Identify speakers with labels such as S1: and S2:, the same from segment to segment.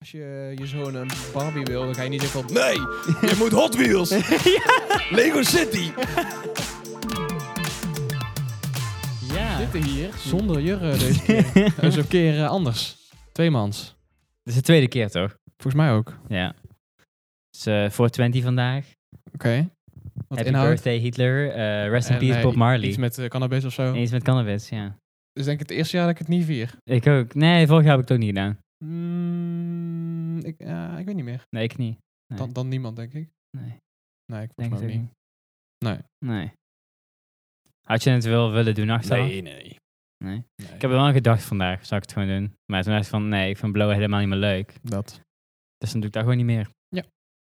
S1: Als je je zoon een Barbie wil, dan ga je niet zeggen van... Nee, je moet Hot Wheels! Lego City!
S2: Ja.
S1: Zitten hier zonder jurren deze keer. Dus een keer eh, anders. Tweemans.
S2: Dit is de tweede keer toch?
S1: Volgens mij ook. Oké.
S2: Ja. Het is eh, 420 vandaag.
S1: Wat
S2: Happy
S1: inhoudt.
S2: birthday Hitler. Eh, rest in
S1: En,
S2: peace
S1: eh,
S2: Bob Marley.
S1: Iets met eh, cannabis of zo.
S2: Eens met cannabis, ja.
S1: Dus denk ik het eerste jaar dat ik het niet vier.
S2: Ik ook. Nee, vorig jaar heb ik het ook niet gedaan.
S1: Mm, ik, ja, ik weet niet meer.
S2: Nee, ik niet. Nee.
S1: Dan, dan niemand, denk ik.
S2: Nee,
S1: Nee, ik
S2: denk
S1: volgens
S2: het
S1: mij
S2: ook
S1: ook niet.
S2: niet. Nee. Had je het wel willen doen achteraf?
S1: Nee, nee.
S2: Nee.
S1: Nee.
S2: Ik heb er wel aan gedacht vandaag, zou ik het gewoon doen. Maar toen dacht ik van, nee, ik vind blowen helemaal niet meer leuk.
S1: Dat.
S2: Dus dan doe ik dat gewoon niet meer.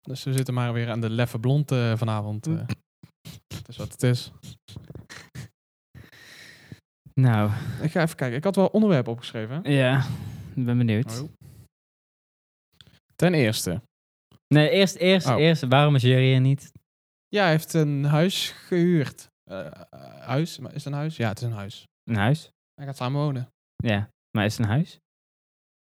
S1: Dus we zitten maar weer aan de leffe blond eh, vanavond.
S2: Mm.
S1: eh. Het is wat het is.
S2: Nou,
S1: Ik ga even kijken. Ik had wel onderwerpen opgeschreven. hè?
S2: ja. Ik ben benieuwd.
S1: Oh. Ten eerste.
S2: Nee, eerst, eerst,
S1: Oh.
S2: eerst. Waarom is Jerry er niet?
S1: Ja, hij heeft een huis gehuurd. Eh, eh, huis? Maar Is het een huis? Ja, het is een huis.
S2: Een huis?
S1: Hij gaat samen wonen.
S2: Ja, maar is het een huis?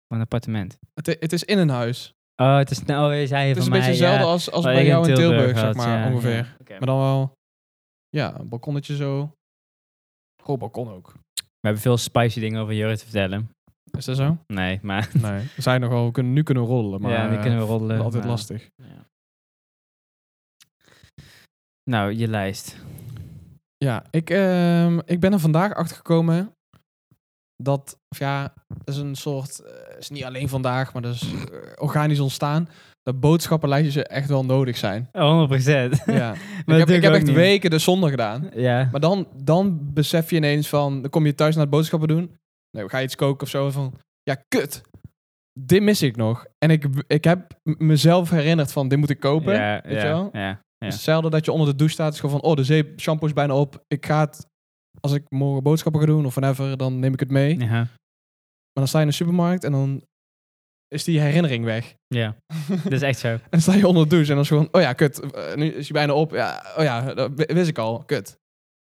S2: Of een appartement?
S1: Het, i- het is in een huis.
S2: Oh, het is, nou, oh, je zei
S1: Het is
S2: van
S1: een
S2: mij,
S1: beetje
S2: ja, Oh,
S1: hetzelfde als, als
S2: waar
S1: bij
S2: ik
S1: jou in Tilburg, zeg
S2: had,
S1: maar,
S2: ja,
S1: ongeveer.
S2: ja. Oké.
S1: Maar dan wel, ja, een balkonnetje zo. Groot balkon ook.
S2: We hebben veel spicy dingen over Jurre te vertellen.
S1: Is dat zo?
S2: Nee, maar...
S1: Nee. We zijn nogal, we kunnen, nu kunnen we roddelen, maar
S2: ja, die
S1: eh,
S2: kunnen we roddelen.
S1: altijd
S2: maar-
S1: lastig.
S2: ja. Nou, je lijst.
S1: Ja, ik, ehm, ik ben er vandaag achter gekomen dat, of ja, dat is een soort, eh, is niet alleen vandaag, maar dat is eh, organisch ontstaan, dat boodschappenlijstjes echt wel nodig zijn.
S2: 100 procent.
S1: Ja. ik heb, ik heb echt weken de zonde gedaan.
S2: Ja.
S1: Maar dan, dan besef je ineens van, dan kom je thuis naar het boodschappen doen, nou, ga je iets koken of zo, en van, ja, kut, dit mis ik nog. En ik, ik heb m- mezelf herinnerd van, dit moet ik kopen.
S2: ja,
S1: weet je
S2: ja,
S1: wel?
S2: Ja.
S1: Het is Dus hetzelfde dat je onder de douche staat. Het is gewoon van, oh, de zeep, shampoo is bijna op. Ik ga het, als ik morgen boodschappen ga doen of whenever, dan neem ik het mee. Maar
S2: Ja.
S1: dan sta je in de supermarkt en dan is die herinnering weg.
S2: ja. Dat is echt zo.
S1: En dan sta je onder de douche en dan is gewoon, oh ja, kut. eh, nu is hij bijna op. Ja, oh ja, dat wi- wist ik al. Kut.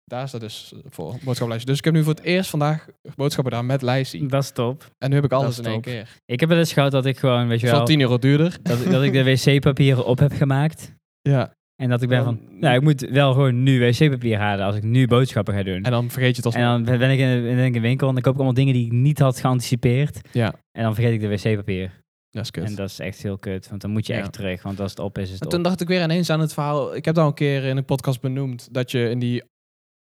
S1: Daar is dat dus voor, boodschappenlijstje. Dus ik heb nu voor het eerst vandaag boodschappen gedaan met lijstje.
S2: Dat is top.
S1: En nu heb ik
S2: Dat
S1: alles
S2: is
S1: in één
S2: top.
S1: keer.
S2: Ik heb wel eens gehad dat ik gewoon, weet
S1: Het
S2: je
S1: is al
S2: wel...
S1: 10 euro duurder.
S2: Dat, dat ik de wc-papieren op heb gemaakt.
S1: Ja.
S2: En dat ik ben
S1: Dan-
S2: van, nou, ik moet wel gewoon nu wc-papier halen als ik nu boodschappen ga doen.
S1: En dan vergeet je het als...
S2: En dan ben ik in een, ben ik in een winkel en dan koop ik allemaal dingen die ik niet had geanticipeerd.
S1: Ja,
S2: En dan vergeet ik de wc-papier.
S1: dat is kut.
S2: En dat is echt heel kut, want dan moet je
S1: Ja.
S2: echt terug. Want als het op is, is
S1: Maar
S2: het
S1: toen
S2: op.
S1: dacht ik weer ineens aan het verhaal. Ik heb dat al een keer in een podcast benoemd. Dat je in die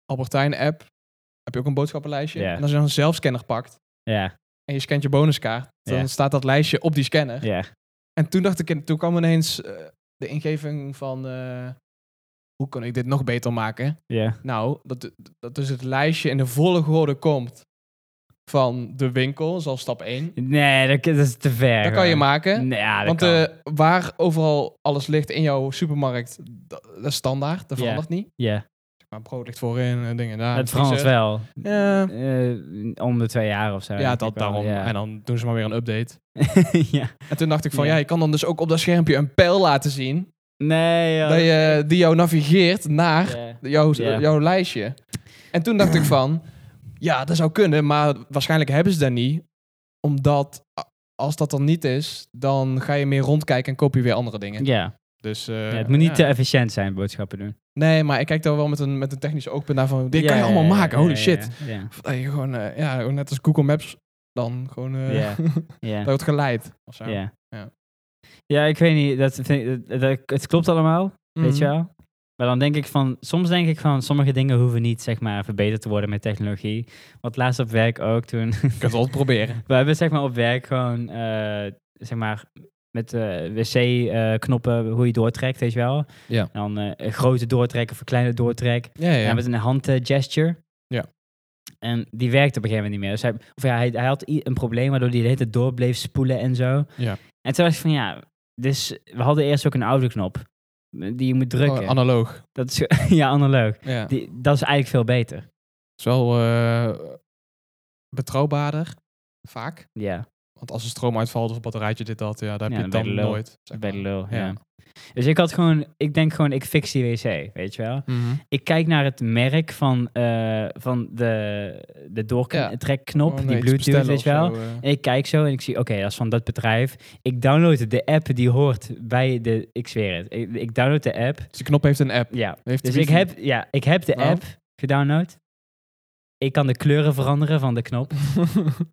S1: Albertijn-app. heb je ook een boodschappenlijstje.
S2: Ja.
S1: En als je dan een zelfscanner pakt.
S2: Ja,
S1: en je scant je bonuskaart. dan
S2: Ja.
S1: staat dat lijstje op die scanner.
S2: ja.
S1: En toen dacht ik. toen kwam ineens eh, de ingeving van. eh, hoe kan ik dit nog beter maken?
S2: Ja,
S1: Nou, dat, dat dus het lijstje in de volgorde komt. van de winkel, zoals stap 1.
S2: nee, dat, dat is te ver.
S1: Dat kan je
S2: gewoon.
S1: maken.
S2: Nee, ja, dat
S1: Want
S2: kan.
S1: eh, waar overal alles ligt in jouw supermarkt, dat, dat is standaard. Dat
S2: Ja.
S1: verandert niet.
S2: ja,
S1: Maar brood ligt voorin en dingen daar.
S2: het verandert wel.
S1: Ja,
S2: Eh, om de twee jaar of zo.
S1: ja
S2: denk
S1: dat
S2: ik wel,
S1: daarom.
S2: Ja.
S1: En dan doen ze maar weer een update.
S2: ja.
S1: En toen dacht ik van, ja.
S2: Ja.
S1: je kan dan dus ook op dat schermpje een pijl laten zien.
S2: Nee, joh.
S1: Dat je, eh, die jou navigeert naar
S2: Ja.
S1: jouw,
S2: Ja.
S1: jouw lijstje. En toen dacht ik van, ja, dat zou kunnen, maar waarschijnlijk hebben ze dat niet. Omdat a- als dat dan niet is, dan ga je meer rondkijken en koop je weer andere dingen.
S2: Ja.
S1: Dus, eh,
S2: Ja, het moet niet
S1: ja.
S2: te efficiënt zijn, boodschappen doen.
S1: Nee, maar ik kijk daar wel met een, met een technisch oogpunt naar van, dit
S2: Ja,
S1: kan je
S2: ja,
S1: allemaal
S2: ja,
S1: maken,
S2: ja,
S1: holy
S2: ja,
S1: shit.
S2: Ja,
S1: Dat je gewoon, eh, ja, gewoon net als Google Maps dan gewoon eh,
S2: Ja. ja.
S1: dat wordt geleid. Of zo.
S2: Ja.
S1: Ja.
S2: ja. ik weet niet. Dat vind ik- dat, dat- het klopt allemaal,
S1: Mm.
S2: weet
S1: Mhm.
S2: je wel. Maar dan denk ik van, soms denk ik van, sommige dingen hoeven niet, zeg maar, verbeterd te worden met technologie. Want laatst op werk ook toen.
S1: Je kunt het altijd proberen.
S2: we hebben, zeg maar, op werk gewoon, eh, zeg maar, met eh, wc-knoppen, hoe je doortrekt, weet je wel.
S1: Ja.
S2: En Dan eh, een grote doortrek of een kleine doortrek.
S1: Ja, ja.
S2: Ja, met een handgesture.
S1: Ja.
S2: En die werkte op een gegeven moment niet meer. Dus hij, of ja, hij, hij had i- een probleem waardoor hij de hele tijd door bleef spoelen en zo.
S1: Ja.
S2: En toen dacht ik van ja, dus we hadden eerst ook een oude knop die je moet drukken.
S1: Oh, analoog.
S2: dat is, ge- ja, analoog.
S1: Ja.
S2: Die, dat is eigenlijk veel beter.
S1: is wel eh, betrouwbaarder, vaak.
S2: Ja.
S1: Want als er stroom uitvalt of een batterijtje dit, dat, ja, daar heb
S2: Ja,
S1: je
S2: dan
S1: het
S2: ben je
S1: dan
S2: de lul.
S1: nooit. zeg
S2: Bij de
S1: maar.
S2: lul, ja.
S1: Ja.
S2: Dus ik had gewoon, ik denk gewoon, ik fix die wc, weet je wel.
S1: Mhm.
S2: Ik kijk naar het merk van, eh, van de, de
S1: Ja.
S2: doortrekknop,
S1: Gewoon eh,
S2: die
S1: iets bestellen
S2: Bluetooth, weet
S1: of
S2: je
S1: zo,
S2: wel.
S1: eh.
S2: En ik kijk zo en ik zie, oké, dat is van dat bedrijf. Ik download de app die hoort bij de, ik zweer het, ik, ik download de app.
S1: Dus die knop heeft een app.
S2: Ja,
S1: Heeft
S2: dus ik
S1: wifi.
S2: heb, ja, ik heb de
S1: Nou?
S2: app gedownload. Ik kan de kleuren veranderen van de knop.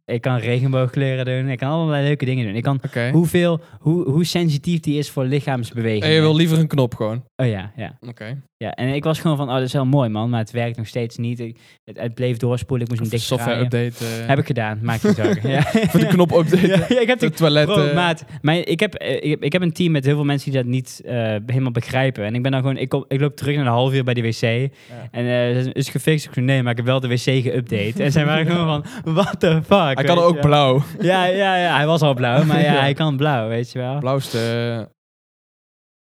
S2: Ik kan regenboogkleuren doen. Ik kan allerlei leuke dingen doen. Ik kan
S1: Oké.
S2: hoeveel, hoe, hoe sensitief die is voor
S1: En je
S2: lichaamsbewegingen.
S1: wil liever een knop gewoon.
S2: Oh ja, ja,
S1: Oké.
S2: ja. En ik was gewoon van, oh, dat is heel mooi man, maar het werkt nog steeds niet. Ik, het, het bleef doorspoelen, ik moest hem
S1: Of een
S2: dicht
S1: Software
S2: draaien.
S1: update. eh,
S2: Heb ik gedaan, maak je zorgen. ja.
S1: Voor de knop update.
S2: Ja, ik heb de
S1: De toilet.
S2: Bro,
S1: eh,
S2: maat, mijn, ik, heb, eh, ik, heb- ik heb een team met heel veel mensen die dat niet eh, helemaal begrijpen. En ik ben dan gewoon, ik, kom, ik loop terug naar een half uur bij de wc. En eh, ze is- is gefixt. Ik zei, nee, maar ik heb wel de wc geüpdate. En zij waren gewoon van, what the fuck.
S1: Hij
S2: weet
S1: kan
S2: je
S1: ook
S2: wel.
S1: blauw.
S2: Ja, ja, ja, hij was al blauw, maar ja,
S1: Ja.
S2: hij kan blauw, weet je wel.
S1: Blauw is de...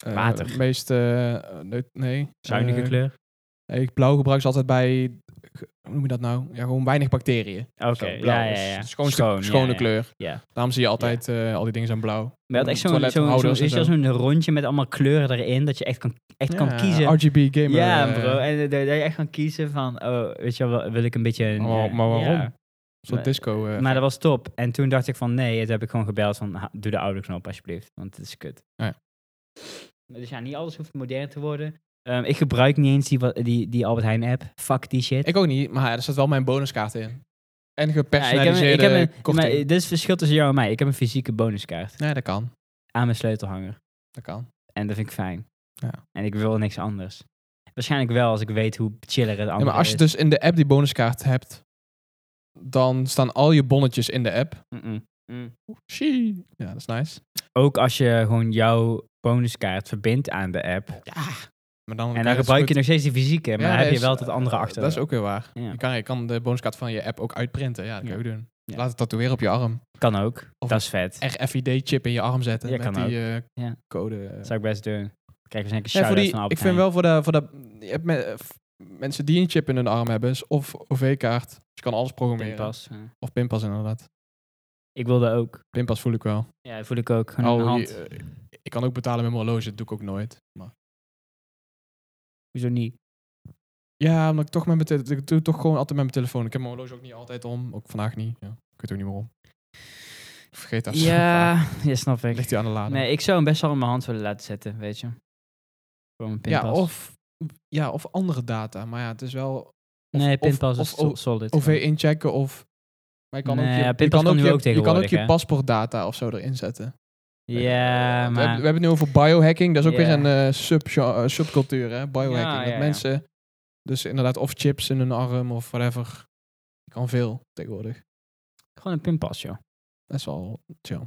S1: eh,
S2: Water.
S1: meest... eh, neut- nee.
S2: Zuinige
S1: Eh,
S2: kleur.
S1: Ik blauw gebruik ze altijd bij... Hoe noem je dat nou? Ja, gewoon weinig bacteriën.
S2: Oké,
S1: Zo, blauw
S2: ja, ja,
S1: is
S2: ja.
S1: de schoonste-
S2: Schoon, ja,
S1: schone
S2: ja.
S1: kleur.
S2: Ja.
S1: Daarom zie je altijd... eh, al die dingen zijn blauw.
S2: Maar je had echt zo'n
S1: Toilet,
S2: zo'n- zo'n
S1: houders en
S2: is er
S1: zo.
S2: zo'n rondje met allemaal kleuren erin, dat je echt kan, echt kan
S1: Ja,
S2: kiezen.
S1: RGB gamer.
S2: ja,
S1: eh,
S2: bro. En eh, dat je echt kan kiezen van, oh, weet je wel, wil ik een beetje... Een,
S1: Maar-
S2: eh,
S1: maar waarom?
S2: ja.
S1: Zo'n
S2: Maar-
S1: disco. eh,
S2: Maar dat was top. En toen dacht ik van nee, toen heb ik gewoon gebeld van ha, doe de oude knop alsjeblieft, want het is kut.
S1: Ah ja.
S2: Dus ja, niet alles hoeft modern te worden. Ehm, ik gebruik niet eens die, wa- die, die Albert Heijn app. Fuck die shit.
S1: Ik ook niet, maar er zat wel mijn bonuskaart in. En
S2: Ja, ik heb een-
S1: gepersonaliseerde
S2: ik heb een, maar eh,
S1: korting.
S2: dit is het verschil tussen jou en mij. Ik heb een fysieke bonuskaart
S1: nee, dat kan.
S2: aan mijn sleutelhanger.
S1: Dat kan.
S2: En dat vind ik fijn.
S1: Ja.
S2: En ik wil niks anders. Waarschijnlijk wel als ik weet hoe chiller het
S1: Ja,
S2: andere
S1: maar als je
S2: is.
S1: dus in de app die bonuskaart hebt, dan staan al je bonnetjes in de app.
S2: Mm-mm. Mm.
S1: Shee. Ja, dat is nice.
S2: Ook als je gewoon jouw bonuskaart verbindt aan de app.
S1: Maar dan
S2: en dan gebruik je nog steeds die fysieke, maar
S1: Ja,
S2: dan
S1: dat
S2: heb je
S1: is- eh,
S2: wel het andere achter.
S1: Dat is ook weer waar.
S2: Ja.
S1: Je, kan, je kan de bonuskaart van je app ook uitprinten. Ja, dat kan je
S2: Ja.
S1: ook doen.
S2: Ja.
S1: Laat het tatoeëren op je arm.
S2: Kan ook.
S1: Of-
S2: dat is vet.
S1: RFID-chip in je arm zetten
S2: Ja,
S1: met
S2: kan
S1: die eh,
S2: Ja.
S1: code. eh.
S2: Dat zou ik best doen. Kijk, we zijn een
S1: Nee, voor
S2: shout-out
S1: die,
S2: van Albert
S1: ik vind
S2: Heijn.
S1: wel voor de, voor de je hebt me- eh, f- mensen die een chip in hun arm hebben, is of OV-kaart. Dus je kan alles programmeren.
S2: Pinpas, ja.
S1: Of pinpas inderdaad.
S2: Ik wilde ook.
S1: Pinpas voel ik wel.
S2: Ja, dat voel ik ook. Gewoon in
S1: Oh,
S2: mijn
S1: je-
S2: hand.
S1: eh, ik kan ook betalen met mijn horloge, dat doe ik ook nooit. Maar
S2: Hoezo niet?
S1: Ja, omdat ik toch met mijn tele- ik doe toch gewoon altijd met mijn telefoon. Ik heb mijn horloge ook niet altijd om, ook vandaag niet. Ja, ik weet ook niet meer om. Ik Vergeet dat.
S2: Ja, ja, snap ik.
S1: Ligt hij aan de lader?
S2: Nee, ik zou hem best wel in mijn hand willen laten zetten, weet je. Gewoon een pinpas.
S1: ja, of, ja, of andere data. Maar ja, het is wel
S2: nee,
S1: of-
S2: pinpas
S1: of
S2: is
S1: O-
S2: so- solid.
S1: OV inchecken of... Maar je kan
S2: Nee,
S1: ook je, je
S2: pinpas
S1: kan
S2: kan
S1: ook
S2: nu
S1: je,
S2: ook
S1: je kan ook
S2: tegenwoordig,
S1: je
S2: hè?
S1: paspoortdata of zo erin zetten.
S2: Ja,
S1: Want We hebben, we
S2: maar...
S1: hebben het nu over biohacking. Dat is ook
S2: Ja.
S1: weer een eh, sub, eh, subcultuur, hè? Biohacking.
S2: Ja,
S1: dat
S2: ja, ja.
S1: mensen... Dus inderdaad, of chips in hun arm of whatever. Je kan veel tegenwoordig.
S2: Gewoon een pinpas, joh.
S1: Dat is wel chill.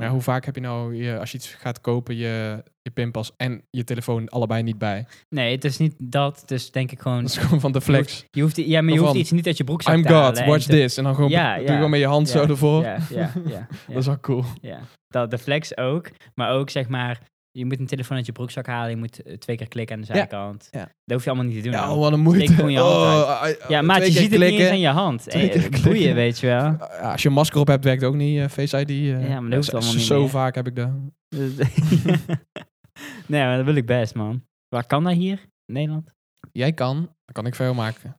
S1: Maar ja, hoe vaak heb je nou, je, als je iets gaat kopen, je, je pinpas en je telefoon allebei niet bij?
S2: Nee, het is niet dat. Het is denk Mm. ik gewoon...
S1: Dat is gewoon van de flex.
S2: Je hoeft, ja, maar je hoeft
S1: Van,
S2: iets niet uit je broekzak
S1: I'm
S2: te halen.
S1: God,
S2: en
S1: watch
S2: te-
S1: this. En dan gewoon,
S2: Ja,
S1: doe
S2: ja.
S1: gewoon met je hand
S2: Ja,
S1: zo ervoor.
S2: Ja, ja, ja.
S1: Dat is wel cool.
S2: Ja, dat, de flex ook. Maar ook zeg maar, je moet een telefoon uit je broekzak halen. Je moet eh, twee keer klikken aan de
S1: Ja,
S2: zijkant.
S1: ja.
S2: Dat hoef je allemaal niet te doen.
S1: Ja,
S2: hoor.
S1: wat een moeite.
S2: gewoon je hand
S1: Oh, ah,
S2: ja
S1: ah,
S2: maat,
S1: twee
S2: je
S1: keer
S2: ziet het niet eens
S1: klikken.
S2: aan je hand.
S1: Twee keer
S2: Eh, Boeien,
S1: klikken.
S2: weet je wel.
S1: Ah, Als je een masker op hebt, werkt ook niet eh, Face ID. eh.
S2: Ja, maar dat hoeft
S1: zo-
S2: allemaal niet
S1: Zo
S2: meer.
S1: vaak heb ik dat.
S2: nee, maar dat wil ik best, man. Waar kan dat hier? In Nederland?
S1: Jij kan, dan kan ik veel maken.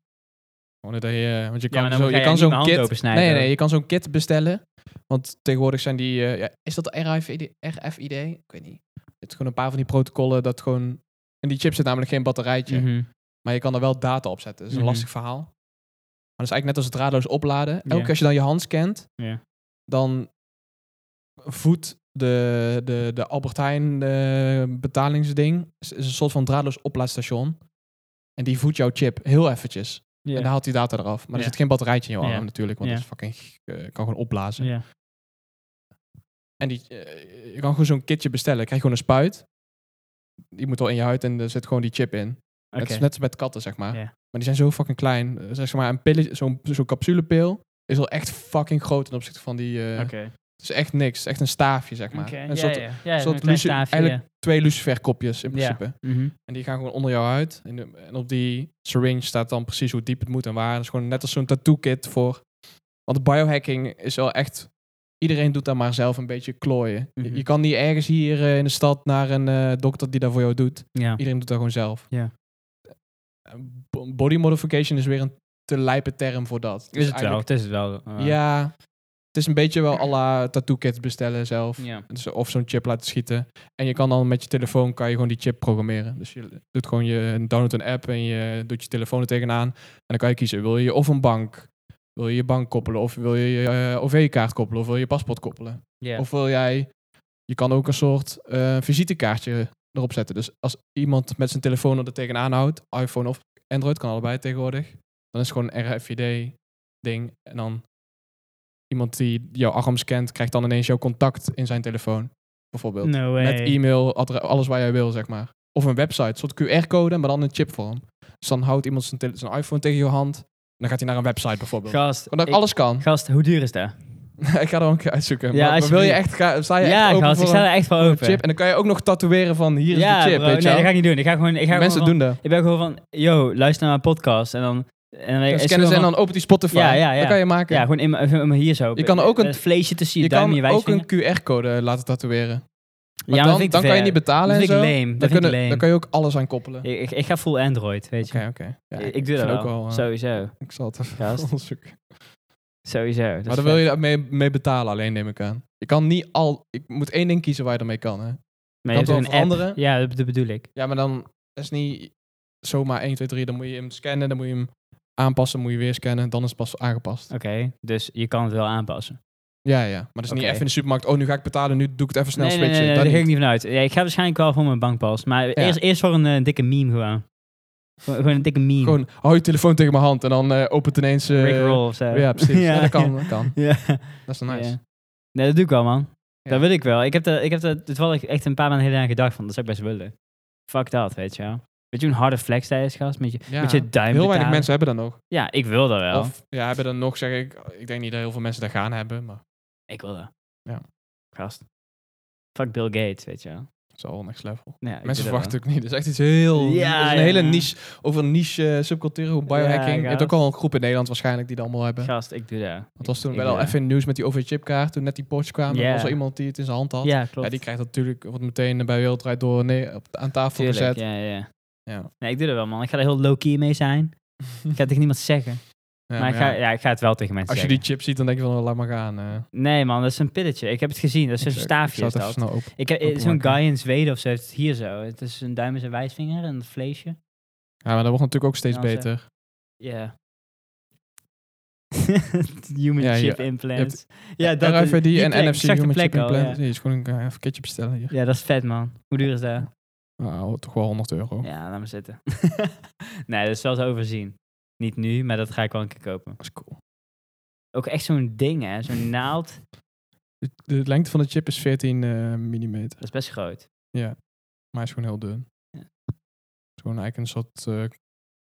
S1: Gewoon dat je, eh, want je
S2: Ja, maar
S1: kan
S2: dan
S1: zo,
S2: ga
S1: je
S2: je
S1: kan
S2: niet
S1: zo'n
S2: mijn hand
S1: kit
S2: opensnijden,
S1: Nee, nee,
S2: hoor.
S1: je kan zo'n kit bestellen. Want tegenwoordig zijn die, eh, ja, is dat de RFID, RFID? Ik weet niet. Het is gewoon een paar van die protocollen dat gewoon, en die chip zit namelijk geen batterijtje,
S2: Mhm.
S1: maar je kan er wel data op zetten. Dat is een
S2: Mhm.
S1: lastig verhaal. Maar dat is eigenlijk net als het draadloos opladen. Elke
S2: Ja.
S1: keer als je dan je hand scant,
S2: Ja.
S1: dan voedt de, de, de Albert Heijn eh, betalingsding, is, is een soort van draadloos oplaadstation. En die voedt jouw chip heel eventjes. En dan haalt die data eraf. Maar er
S2: Ja.
S1: zit geen batterijtje in je arm
S2: Ja.
S1: natuurlijk, want
S2: Ja.
S1: het is fucking, eh, kan gewoon opblazen.
S2: Ja.
S1: En die, eh, je kan gewoon zo'n kitje bestellen. Krijg je gewoon een spuit. Die moet al in je huid en er zit gewoon die chip in. Het
S2: Oké.
S1: is net als met katten, zeg maar.
S2: Ja.
S1: Maar die zijn zo fucking klein. Eh, Zeg maar, een pilletje, zo'n zo'n capsulepil is al echt fucking groot ten opzichte van die... eh,
S2: Oké.
S1: Het is echt niks. Echt een staafje, zeg maar.
S2: Oké,
S1: Een
S2: ja,
S1: soort
S2: ja, ja,
S1: soort
S2: een klein
S1: lucie-
S2: staafje,
S1: eigenlijk- twee luciferkopjes in
S2: Ja.
S1: principe.
S2: ja. Mhm.
S1: En die gaan gewoon onder jouw huid. En, de- en op die syringe staat dan precies hoe diep het moet en waar. Dat is gewoon net als zo'n tattoo kit voor. Want biohacking is wel echt Iedereen doet daar maar zelf een beetje klooien. Je-
S2: Mhm.
S1: Je kan niet ergens hier eh, in de stad naar een eh, dokter die dat voor jou doet.
S2: Ja.
S1: Iedereen doet dat gewoon zelf.
S2: Ja.
S1: Eh, bo- Body modification is weer een te lijpe term voor dat. Dus
S2: Is het wel?
S1: eigenlijk-
S2: Het is het wel. eh,
S1: Ja, het is een beetje wel à la tattoo kits bestellen zelf.
S2: ja.
S1: Dus of zo'n chip laten schieten. En je kan dan met je telefoon kan je gewoon die chip programmeren. Dus je doet gewoon je download een app en je doet je telefoon er tegenaan. En dan kan je kiezen, wil je of een bank? Wil je je bank koppelen? Of wil je je eh, OV-kaart koppelen? Of wil je je paspoort koppelen?
S2: Ja.
S1: Of wil jij... Je kan ook een soort eh, visitekaartje erop zetten. Dus als iemand met zijn telefoon er tegenaan houdt, iPhone of Android, kan allebei tegenwoordig. Dan is het gewoon een RFID-ding. En dan iemand die jouw arm scant, krijgt dan ineens jouw contact in zijn telefoon. Bijvoorbeeld.
S2: No way.
S1: Met e-mail, adre- alles waar jij wil, zeg maar. Of een website, een soort QR-code, maar dan in chipvorm. Dus dan houdt iemand zijn, tele- zijn iPhone tegen je hand. En dan gaat hij naar een website bijvoorbeeld.
S2: Gast,
S1: Omdat
S2: ik-
S1: alles kan.
S2: gast, hoe duur is dat?
S1: ik ga er wel een keer uitzoeken.
S2: Ja,
S1: maar, maar wil je
S2: alsjeblieft.
S1: echt, ga, sta je echt
S2: Ja,
S1: open
S2: gast, ik
S1: voor
S2: sta
S1: een
S2: er echt voor open.
S1: chip? En dan kan je ook nog tatoeëren van hier is
S2: ja,
S1: de chip,
S2: bro,
S1: weet je
S2: nee,
S1: wel.
S2: dat ga ik niet doen. Ik ga gewoon, ik ga
S1: Mensen
S2: gewoon van-
S1: doen dat.
S2: Ik ben gewoon van, yo, luister naar mijn podcast. En dan... En
S1: Dan
S2: dan is
S1: scannen ze en
S2: gewoon
S1: dan opent die Spotify.
S2: Ja, ja, ja.
S1: Dat kan je maken.
S2: Ja, gewoon in mijn- even in mijn hier zo.
S1: Je kan ook een-
S2: Met het vleesje tussen je,
S1: je
S2: duim en
S1: kan
S2: je
S1: ook
S2: wijsvinger.
S1: een QR-code eh, laten tatoeëren.
S2: ja,
S1: Maar
S2: maar dat
S1: dan
S2: vind ik
S1: dan
S2: te
S1: kan je
S2: ver.
S1: niet betalen
S2: Dat
S1: en
S2: vind ik
S1: zo.
S2: lame. Dat
S1: Dan,
S2: vind ik
S1: kunnen,
S2: lame.
S1: dan kan je ook alles aan koppelen. Oké,
S2: Ik, ik, ik ga full Android, weet je.
S1: oké. Ja,
S2: ik, ik doe dat
S1: vind
S2: wel.
S1: ook wel, eh,
S2: Sowieso.
S1: Ik zal het even
S2: Gast.
S1: onderzoeken.
S2: Sowieso. Dat is
S1: Maar dan
S2: vet.
S1: wil je daarmee mee betalen alleen, neem ik aan. Je kan niet al... Ik moet één ding kiezen waar je ermee kan, hè.
S2: Maar
S1: kan
S2: je
S1: toch
S2: doet een app.
S1: veranderen?
S2: Ja, dat, dat bedoel ik.
S1: Ja, maar dan dat is niet zomaar 1, 2, 3. Dan moet je hem scannen, dan moet je hem aanpassen, moet je weer scannen. Dan is het pas aangepast.
S2: Oké, dus je kan het wel aanpassen.
S1: Ja, ja. Maar dat is niet
S2: Oké.
S1: even in de supermarkt. Oh, nu ga ik betalen, nu doe ik het even snel
S2: nee, nee, nee,
S1: switchen.
S2: nee,
S1: Dat
S2: daar ga ik
S1: niet.
S2: niet vanuit. Ja, ik ga waarschijnlijk wel voor mijn bankpas. Maar eerst, eerst voor een eh, dikke meme gewoon. Gewoon gewoon een dikke meme.
S1: Gewoon hou je telefoon tegen mijn hand en dan eh, opent ineens... eh,
S2: Rickroll of zo.
S1: ja, precies. Ja, dat kan, dat kan.
S2: Ja.
S1: Dat is wel nice.
S2: Ja. Nee, dat doe ik wel, man.
S1: Ja.
S2: Dat wil ik wel. Ik heb er ik heb er toevallig echt een paar maanden heel aan gedacht van, dat zou ik best willen. Fuck dat, weet je wel. Weet je hoe een harde flex dat is, gast? Met je,
S1: Ja.
S2: met je duim
S1: Heel weinig
S2: betalen.
S1: mensen hebben dat nog.
S2: Ja, ik wil dat wel.
S1: Of ja, hebben dat nog, zeg ik. Ik denk niet dat heel veel mensen dat gaan hebben, maar
S2: Ik wil dat.
S1: Ja.
S2: Gast. Fuck Bill Gates, weet je wel.
S1: het is al next level.
S2: Ja,
S1: mensen
S2: ik doe dat
S1: verwachten het ook niet. Het is echt iets heel...
S2: Ja,
S1: het is een
S2: ja,
S1: hele
S2: ja.
S1: niche, over een niche eh, subcultuur, hoe
S2: Ja,
S1: biohacking. je hebt
S2: gast.
S1: ook al een groep in Nederland waarschijnlijk die dat allemaal hebben.
S2: wel. Gast, ik doe dat.
S1: Want het was toen
S2: Ik
S1: wel
S2: doe
S1: al
S2: dat.
S1: even in het nieuws met die OV-chipkaart. Toen net die Porsche kwamen,
S2: Ja.
S1: was er iemand die het in zijn hand had. Ja,
S2: Ja, klopt.
S1: die krijgt dat natuurlijk wordt meteen bij Wereldrijd door nee, op- aan tafel
S2: Tuurlijk,
S1: gezet.
S2: ja, ja.
S1: Ja.
S2: Nee, ik doe dat wel, man. Ik ga er heel low-key mee zijn. Ik ga het tegen niemand zeggen.
S1: Ja,
S2: maar ik
S1: maar
S2: ga,
S1: ja,
S2: ja, ik ga het wel tegen mensen
S1: Als je
S2: zeggen.
S1: die chip ziet, dan denk je van, oh, laat maar gaan. eh.
S2: Nee, man, dat is een pilletje. Ik heb het gezien. Dat is
S1: Ik
S2: een
S1: zou-
S2: staafje.
S1: Ik zou
S2: is
S1: het
S2: dat.
S1: even snel open.
S2: Ik heb eh,
S1: Open
S2: zo'n
S1: maken.
S2: guy in Zweden of zo heeft het hier zo. Het is een duim en zijn wijsvinger en een vleesje.
S1: Ja, maar dat wordt natuurlijk ook steeds
S2: Ja, als, eh,
S1: beter.
S2: Ja. human
S1: Ja,
S2: chip
S1: je-
S2: implants. ja,
S1: Ja,
S2: dat is-
S1: RFID
S2: die
S1: en
S2: plek,
S1: NFC
S2: exacte
S1: Human
S2: plek
S1: Chip
S2: al,
S1: Implant.
S2: Ja.
S1: Nee, is gewoon een, eh, even een kitje bestellen hier.
S2: Ja, dat is vet, man. Hoe duur is dat?
S1: Nou, toch wel 100 euro.
S2: Ja, laat maar zitten. nee, dat is wel te overzien. Niet nu, maar dat ga ik wel een keer kopen.
S1: Dat is cool.
S2: Ook echt zo'n ding, hè. Zo'n naald.
S1: De, de lengte van de chip is 14 eh millimeter.
S2: Dat is best groot.
S1: Maar hij is gewoon heel dun.
S2: Ja.
S1: Het is gewoon eigenlijk een soort eh,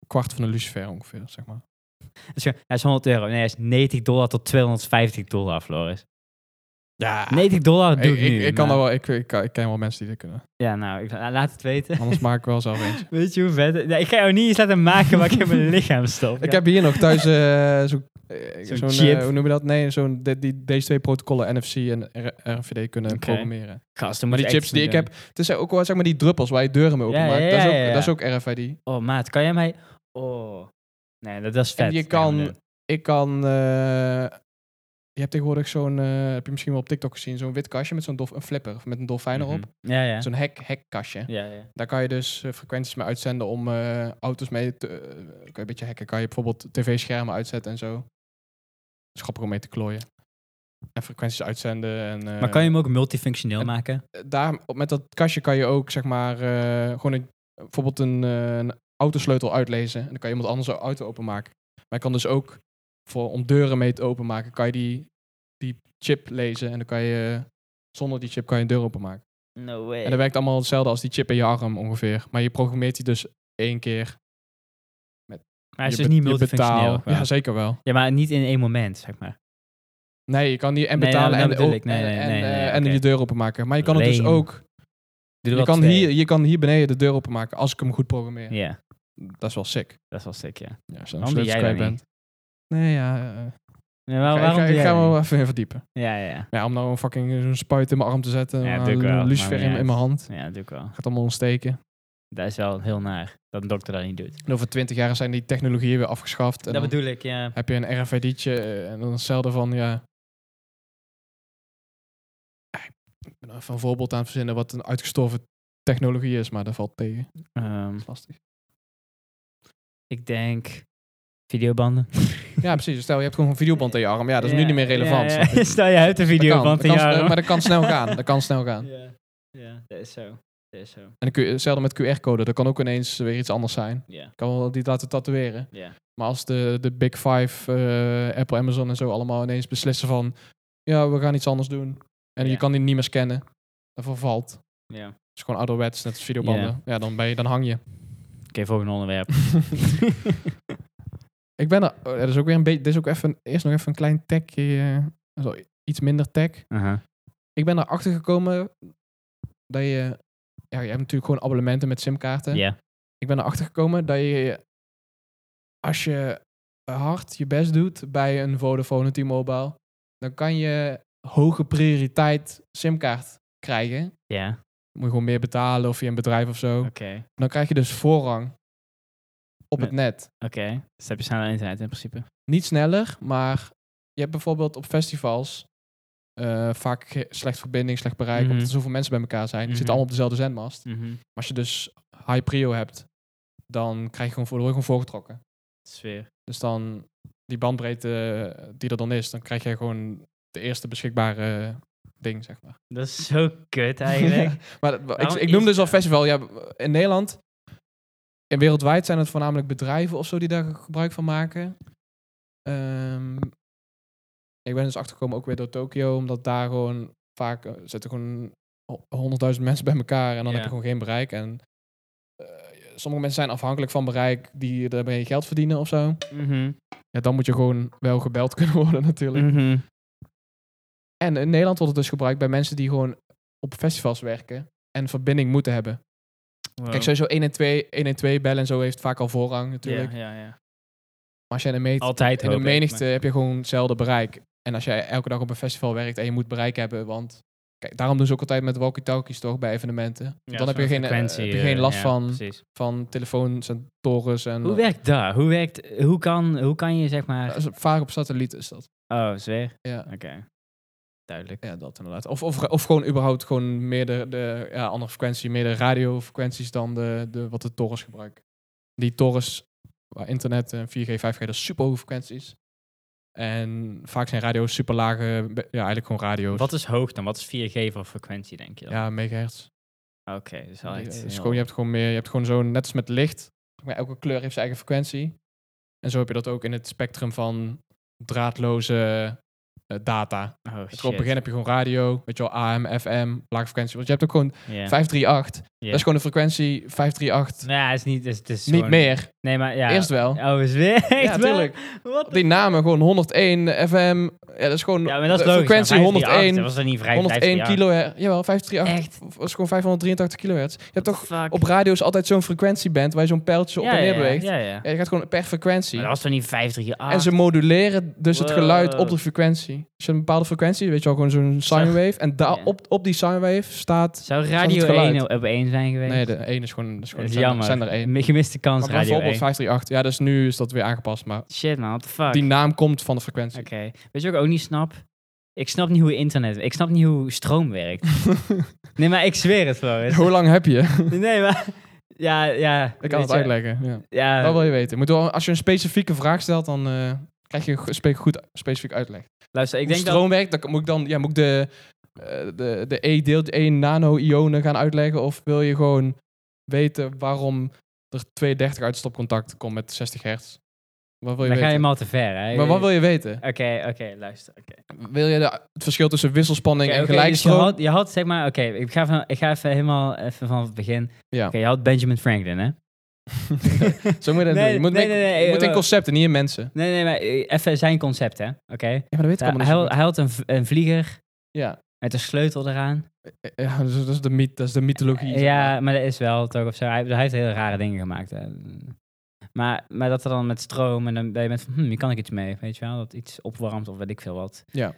S1: kwart van een lucifer ongeveer, zeg maar.
S2: Dat is, gewoon- hij is 100 euro. Nee, hij is 90 dollar tot 250 dollar, Floris.
S1: Ja,
S2: 90 dollar doe
S1: Ah, ik,
S2: ik, nu.
S1: ik, ik kan
S2: maar-
S1: daar wel, ik, ik, ik ken wel mensen die dit kunnen.
S2: Ja, nou, ik, laat het weten.
S1: Anders maak ik wel zelf eentje.
S2: Weet je hoe vet? Nee, ik ga jou niet eens laten maken wat ik in mijn lichaam stop.
S1: Ik heb hier nog thuis eh, zo'n, eh,
S2: Zo'n
S1: zo'n, eh,
S2: chip.
S1: hoe noem je dat? Nee, zo'n, de- die, deze twee protocollen, NFC en R- RFID, kunnen
S2: Oké.
S1: programmeren.
S2: Gast, dan
S1: Maar
S2: moet
S1: die
S2: je
S1: chips
S2: echt
S1: die
S2: iets
S1: ik
S2: mee
S1: heb, het is ook wel zeg maar die druppels waar je deuren mee
S2: Ja,
S1: openmaakt.
S2: ja,
S1: dat, is ook,
S2: ja, ja.
S1: dat is ook RFID.
S2: doen. Oh, maat, kan jij mij... Oh. Nee, dat, dat is vet.
S1: En je
S2: Dat gaan we
S1: kan, ik kan, eh, je hebt tegenwoordig zo'n, eh, heb je misschien wel op TikTok gezien, zo'n wit kastje met zo'n dolf, een flipper of met een dolfijn
S2: doen.
S1: erop.
S2: Mhm. Ja, ja.
S1: Zo'n hek, hekkastje.
S2: Ja, ja.
S1: Daar kan je dus eh, frequenties mee uitzenden om eh, auto's mee te... eh, kan je een beetje hacken. Kan je bijvoorbeeld tv-schermen uitzetten en zo. Dat is grappig om mee te klooien. En frequenties uitzenden. En, eh,
S2: Maar kan je hem ook multifunctioneel
S1: en-
S2: maken?
S1: Daar, op- met dat kastje kan je ook, zeg maar, eh, gewoon een, bijvoorbeeld een, eh, een autosleutel uitlezen. En dan kan je iemand anders een auto openmaken. Maar je kan dus ook, voor, om deuren mee te openmaken, kan je die, die chip lezen. En dan kan je, zonder die chip kan je een deur openmaken.
S2: No way.
S1: En dat werkt allemaal hetzelfde als die chip in je arm ongeveer. Maar je programmeert die dus één keer.
S2: maar het is
S1: je
S2: dus
S1: be-
S2: niet
S1: je
S2: multifunctioneel.
S1: betaalt- Ja, zeker wel.
S2: Ja, maar niet in één moment, zeg maar.
S1: Nee, je kan die en
S2: Nee,
S1: betalen
S2: nou, dat
S1: en,
S2: bedoel
S1: ook-
S2: ik. Nee,
S1: en,
S2: nee,
S1: en,
S2: nee, nee,
S1: eh, en
S2: oké.
S1: je deur openmaken. Maar je kan het dus
S2: Lame.
S1: ook.
S2: Doe er
S1: Je
S2: wel
S1: kan,
S2: twee.
S1: hier, je kan hier beneden de deur openmaken als ik hem goed programmeer.
S2: Ja,
S1: Dat is wel sick.
S2: dat is wel sick, ja.
S1: Ja, als je dan
S2: Waarom doe
S1: sleutels
S2: jij
S1: kwijt
S2: dat
S1: bent. Nee, ja. eh,
S2: Ja, waar-
S1: ik
S2: waarom
S1: ga, ik
S2: doe
S1: ga
S2: jij
S1: me
S2: dat
S1: wel
S2: niet?
S1: even in verdiepen.
S2: Ja, ja, ja.
S1: Ja, om nou een fucking zo'n spuit in mijn arm te zetten.
S2: Ja,
S1: en
S2: doe ik
S1: een
S2: wel,
S1: lucifer
S2: maakt
S1: in,
S2: niet
S1: in mijn hand.
S2: Ja, dat doe ik wel.
S1: Gaat allemaal ontsteken.
S2: Dat is wel heel naar dat een dokter dat niet doet.
S1: En over twintig jaar zijn die technologieën weer afgeschaft. En
S2: dat
S1: dan
S2: bedoel ik, ja.
S1: heb je een RFID'tje eh, en dan hetzelfde van, ja... Ah, Ik ben even een voorbeeld aan het verzinnen wat een uitgestorven technologie is, maar dat valt tegen. Dat
S2: Ehm,
S1: is lastig.
S2: ik denk videobanden.
S1: Ja, precies. Stel, je hebt gewoon een videoband in je arm. Ja, dat is nu niet meer relevant.
S2: Ja,
S1: snap je?
S2: ja. Stel je uit de
S1: Dat kan,
S2: videoband
S1: dat
S2: in
S1: kan,
S2: je arm.
S1: Maar dat kan snel gaan. Dat kan snel gaan.
S2: Ja, ja, dat is zo. Dat is zo.
S1: En dan kun je- hetzelfde met QR-code. Dat kan ook ineens weer iets anders zijn.
S2: Ja,
S1: Ik kan wel die laten tatoeëren.
S2: ja.
S1: Maar als de, de Big Five, eh, Apple, Amazon en zo allemaal ineens beslissen van... Ja, we gaan iets anders doen. En
S2: Ja.
S1: je kan die niet meer scannen. Dat vervalt. Het
S2: ja. Oké,
S1: is gewoon ouderwets, net als videobanden.
S2: Ja.
S1: Ja, dan, ben je, dan hang je.
S2: volgende onderwerp.
S1: Ik ben er... oh, dat is ook weer een beetje... Dit is ook even... Eerst nog even een klein techje... eh, zo, iets minder tech.
S2: Aha.
S1: Ik ben erachter gekomen dat je... Ja, je hebt natuurlijk gewoon abonnementen met simkaarten.
S2: Ja.
S1: Ik ben erachter gekomen dat je, als je hard je best doet bij een Vodafone en T-Mobile, dan kan je hoge prioriteit simkaart krijgen.
S2: Ja,
S1: Moet je gewoon meer betalen of je een bedrijf of zo.
S2: oké.
S1: Dan krijg je dus voorrang op het net.
S2: Oké, dus heb je sneller internet in principe.
S1: Niet sneller, maar je hebt bijvoorbeeld op festivals eh, vaak ge- slecht verbinding, slecht bereik,
S2: Mhm.
S1: omdat er zoveel mensen bij elkaar zijn. Die
S2: Mhm.
S1: zitten allemaal op dezelfde zendmast.
S2: Mhm.
S1: Maar als je dus high prio hebt, dan krijg je gewoon, voor- word je gewoon voorgetrokken.
S2: Sfeer.
S1: Dus dan die bandbreedte eh, die er dan is, dan krijg je gewoon de eerste beschikbare ding, zeg maar.
S2: Dat is zo kut eigenlijk.
S1: maar dat- ik,
S2: Waarom
S1: ik noemde
S2: Nou, is-
S1: dus al festival. Ja, in Nederland en wereldwijd zijn het voornamelijk bedrijven of zo die daar gebruik van maken. Ehm, ik ben dus achtergekomen ook weer door Tokio, omdat daar gewoon vaak eh, zitten gewoon ho- 100.000 mensen bij elkaar en dan
S2: Ja.
S1: heb je gewoon geen bereik. En eh, sommige mensen zijn afhankelijk van bereik die daarmee geld verdienen of zo.
S2: Mhm.
S1: Ja, dan moet je gewoon wel gebeld kunnen worden natuurlijk.
S2: Mhm.
S1: En in Nederland wordt het dus gebruikt bij mensen die gewoon op festivals werken en verbinding moeten hebben.
S2: Wow.
S1: Kijk, sowieso 1 en 2, 1 en 2 bellen en zo heeft vaak al voorrang natuurlijk.
S2: Ja, ja, ja.
S1: Maar als jij in een, meet-
S2: Altijd
S1: in een
S2: hoop ik,
S1: menigte heb je gewoon hetzelfde bereik. En als jij elke dag op een festival werkt en je moet bereik hebben, want... Kijk, daarom doen ze ook altijd met walkie-talkies toch bij evenementen.
S2: maar-
S1: dan
S2: Ja,
S1: heb je,
S2: zo'n
S1: geen, eh,
S2: frequentie,
S1: heb je geen
S2: eh,
S1: last
S2: ja,
S1: van,
S2: precies.
S1: van telefoons en torens. En,
S2: Hoe werkt dat? Hoe, werkt, hoe, kan, hoe kan je zeg maar...
S1: Dat is Vaak op satelliet is dat.
S2: Oh, zweer?
S1: Ja.
S2: Oké. Duidelijk.
S1: Ja, dat inderdaad. Of, of, of gewoon überhaupt gewoon meer de, de ja, andere frequentie, meer de radiofrequenties dan de, de, wat de torens gebruiken. Die torens, waar internet en 4G, 5G, dat is super hoge frequenties. En vaak zijn radio's super lage, be- ja, eigenlijk gewoon radio's.
S2: Wat is hoog dan? Wat is 4G voor frequentie, denk je dan?
S1: Ja, megahertz.
S2: Oké, dus wel
S1: Ja,
S2: echt...
S1: dus
S2: heel-
S1: gewoon, je hebt gewoon meer, je hebt gewoon zo'n, net als met licht, maar elke kleur heeft zijn eigen frequentie. En zo heb je dat ook in het spectrum van draadloze eh, data.
S2: Oh,
S1: Dus
S2: shit.
S1: gewoon op het begin heb je gewoon radio, weet je wel, AM, FM, lage frequentie. Want je hebt ook gewoon
S2: Ja.
S1: 538.
S2: Ja.
S1: Dat is gewoon een frequentie 538.
S2: Nou, ja, het is niet... Het is, het is
S1: Niet
S2: gewoon-
S1: meer.
S2: Nee, maar ja...
S1: Eerst wel.
S2: Oh, is weer?
S1: Ja, tuurlijk.
S2: Wat?
S1: Die namen gewoon 101 FM. Ja, dat is gewoon
S2: Ja, maar dat is
S1: de
S2: logisch.
S1: frequentie
S2: maar 538,
S1: 101.
S2: Dat was dan niet vrij
S1: 101
S2: 538.
S1: kilohertz. Jawel, 538.
S2: Echt?
S1: Dat is gewoon 583 kilohertz. Je hebt toch
S2: Fuck.
S1: op radio's altijd zo'n frequentieband waar je zo'n pijltje op
S2: Ja,
S1: en neer
S2: ja,
S1: beweegt.
S2: Ja, ja.
S1: Ja, je gaat gewoon per frequentie.
S2: Maar dat was toch niet ah, 538?
S1: En ze moduleren dus het geluid
S2: Wow.
S1: op de frequentie. Dus je hebt een bepaalde frequentie, weet je wel, gewoon zo'n
S2: Zag-
S1: sine wave. En daar
S2: Ja.
S1: op, op die sine wave staat...
S2: Zou
S1: het
S2: Radio
S1: geluid?
S2: 1 op 1 zijn geweest?
S1: Nee, de 1 is gewoon, dat is gewoon
S2: Dat
S1: zender-
S2: is jammer.
S1: zender 1.
S2: Een Gemiste kans,
S1: Maar
S2: Radio
S1: bijvoorbeeld
S2: 1.
S1: 538. Ja, dus nu is dat weer aangepast, maar
S2: Shit, man. What the fuck?
S1: die naam komt van de frequentie.
S2: Oké. Weet je wat Ah, ik ook niet snap? Ik snap niet hoe internet... Ik snap niet hoe stroom werkt. nee, maar ik zweer het, Floris.
S1: Hoe lang heb je?
S2: Nee, maar... Ja, ja.
S1: Ik
S2: weet
S1: kan het
S2: je,
S1: uitleggen. Ja.
S2: Ja,
S1: Dat wil je weten. Moet wel, als je een specifieke vraag stelt, dan eh, krijg je een go- spe- goed specifiek uitleg.
S2: luister, ik
S1: Hoe
S2: denk
S1: stroom werkt, dan k- moet ik dan ja, moet ik de, eh, de, de E-deel, 1 nano-ionen gaan uitleggen? Of wil je gewoon weten waarom er 230 uit stopcontact komt met 60 hertz? Wat wil
S2: dat...
S1: je
S2: Dan ga
S1: weten?
S2: je hem al te ver, hè?
S1: maar wat wil je weten?
S2: Oké, oké, luister. Oké,
S1: Wil je de, het verschil tussen wisselspanning
S2: Oké,
S1: en
S2: oké, dus je
S1: gelijkstroom?
S2: had, je had, zeg maar... Oké, ik ga even, ik ga even helemaal even van het begin. Oké,
S1: Ja.
S2: je had Benjamin Franklin, hè?
S1: Zo moet je dat doen. Je moet,
S2: Nee, nee,
S1: met-
S2: nee, nee,
S1: je moet in
S2: eh,
S1: concepten, niet in mensen.
S2: Nee, nee, maar eh, even zijn concept, hè? Oké.
S1: Ja, maar dat weet ik
S2: Nou,
S1: allemaal
S2: hij,
S1: niet zo
S2: had- hij had een, v- een vlieger
S1: goed. Ja,
S2: met een sleutel eraan.
S1: ja dus dat, is de myth, dat is de mythologie. zeg
S2: Eh, ja,
S1: maar.
S2: maar dat is wel toch of zo. Hij, hij heeft hele rare dingen gemaakt. hè. Maar, maar dat er dan met stroom en dan ben je met van, hm, hier kan ik iets mee, weet je wel? Dat iets opwarmt of weet ik veel wat.
S1: Ja.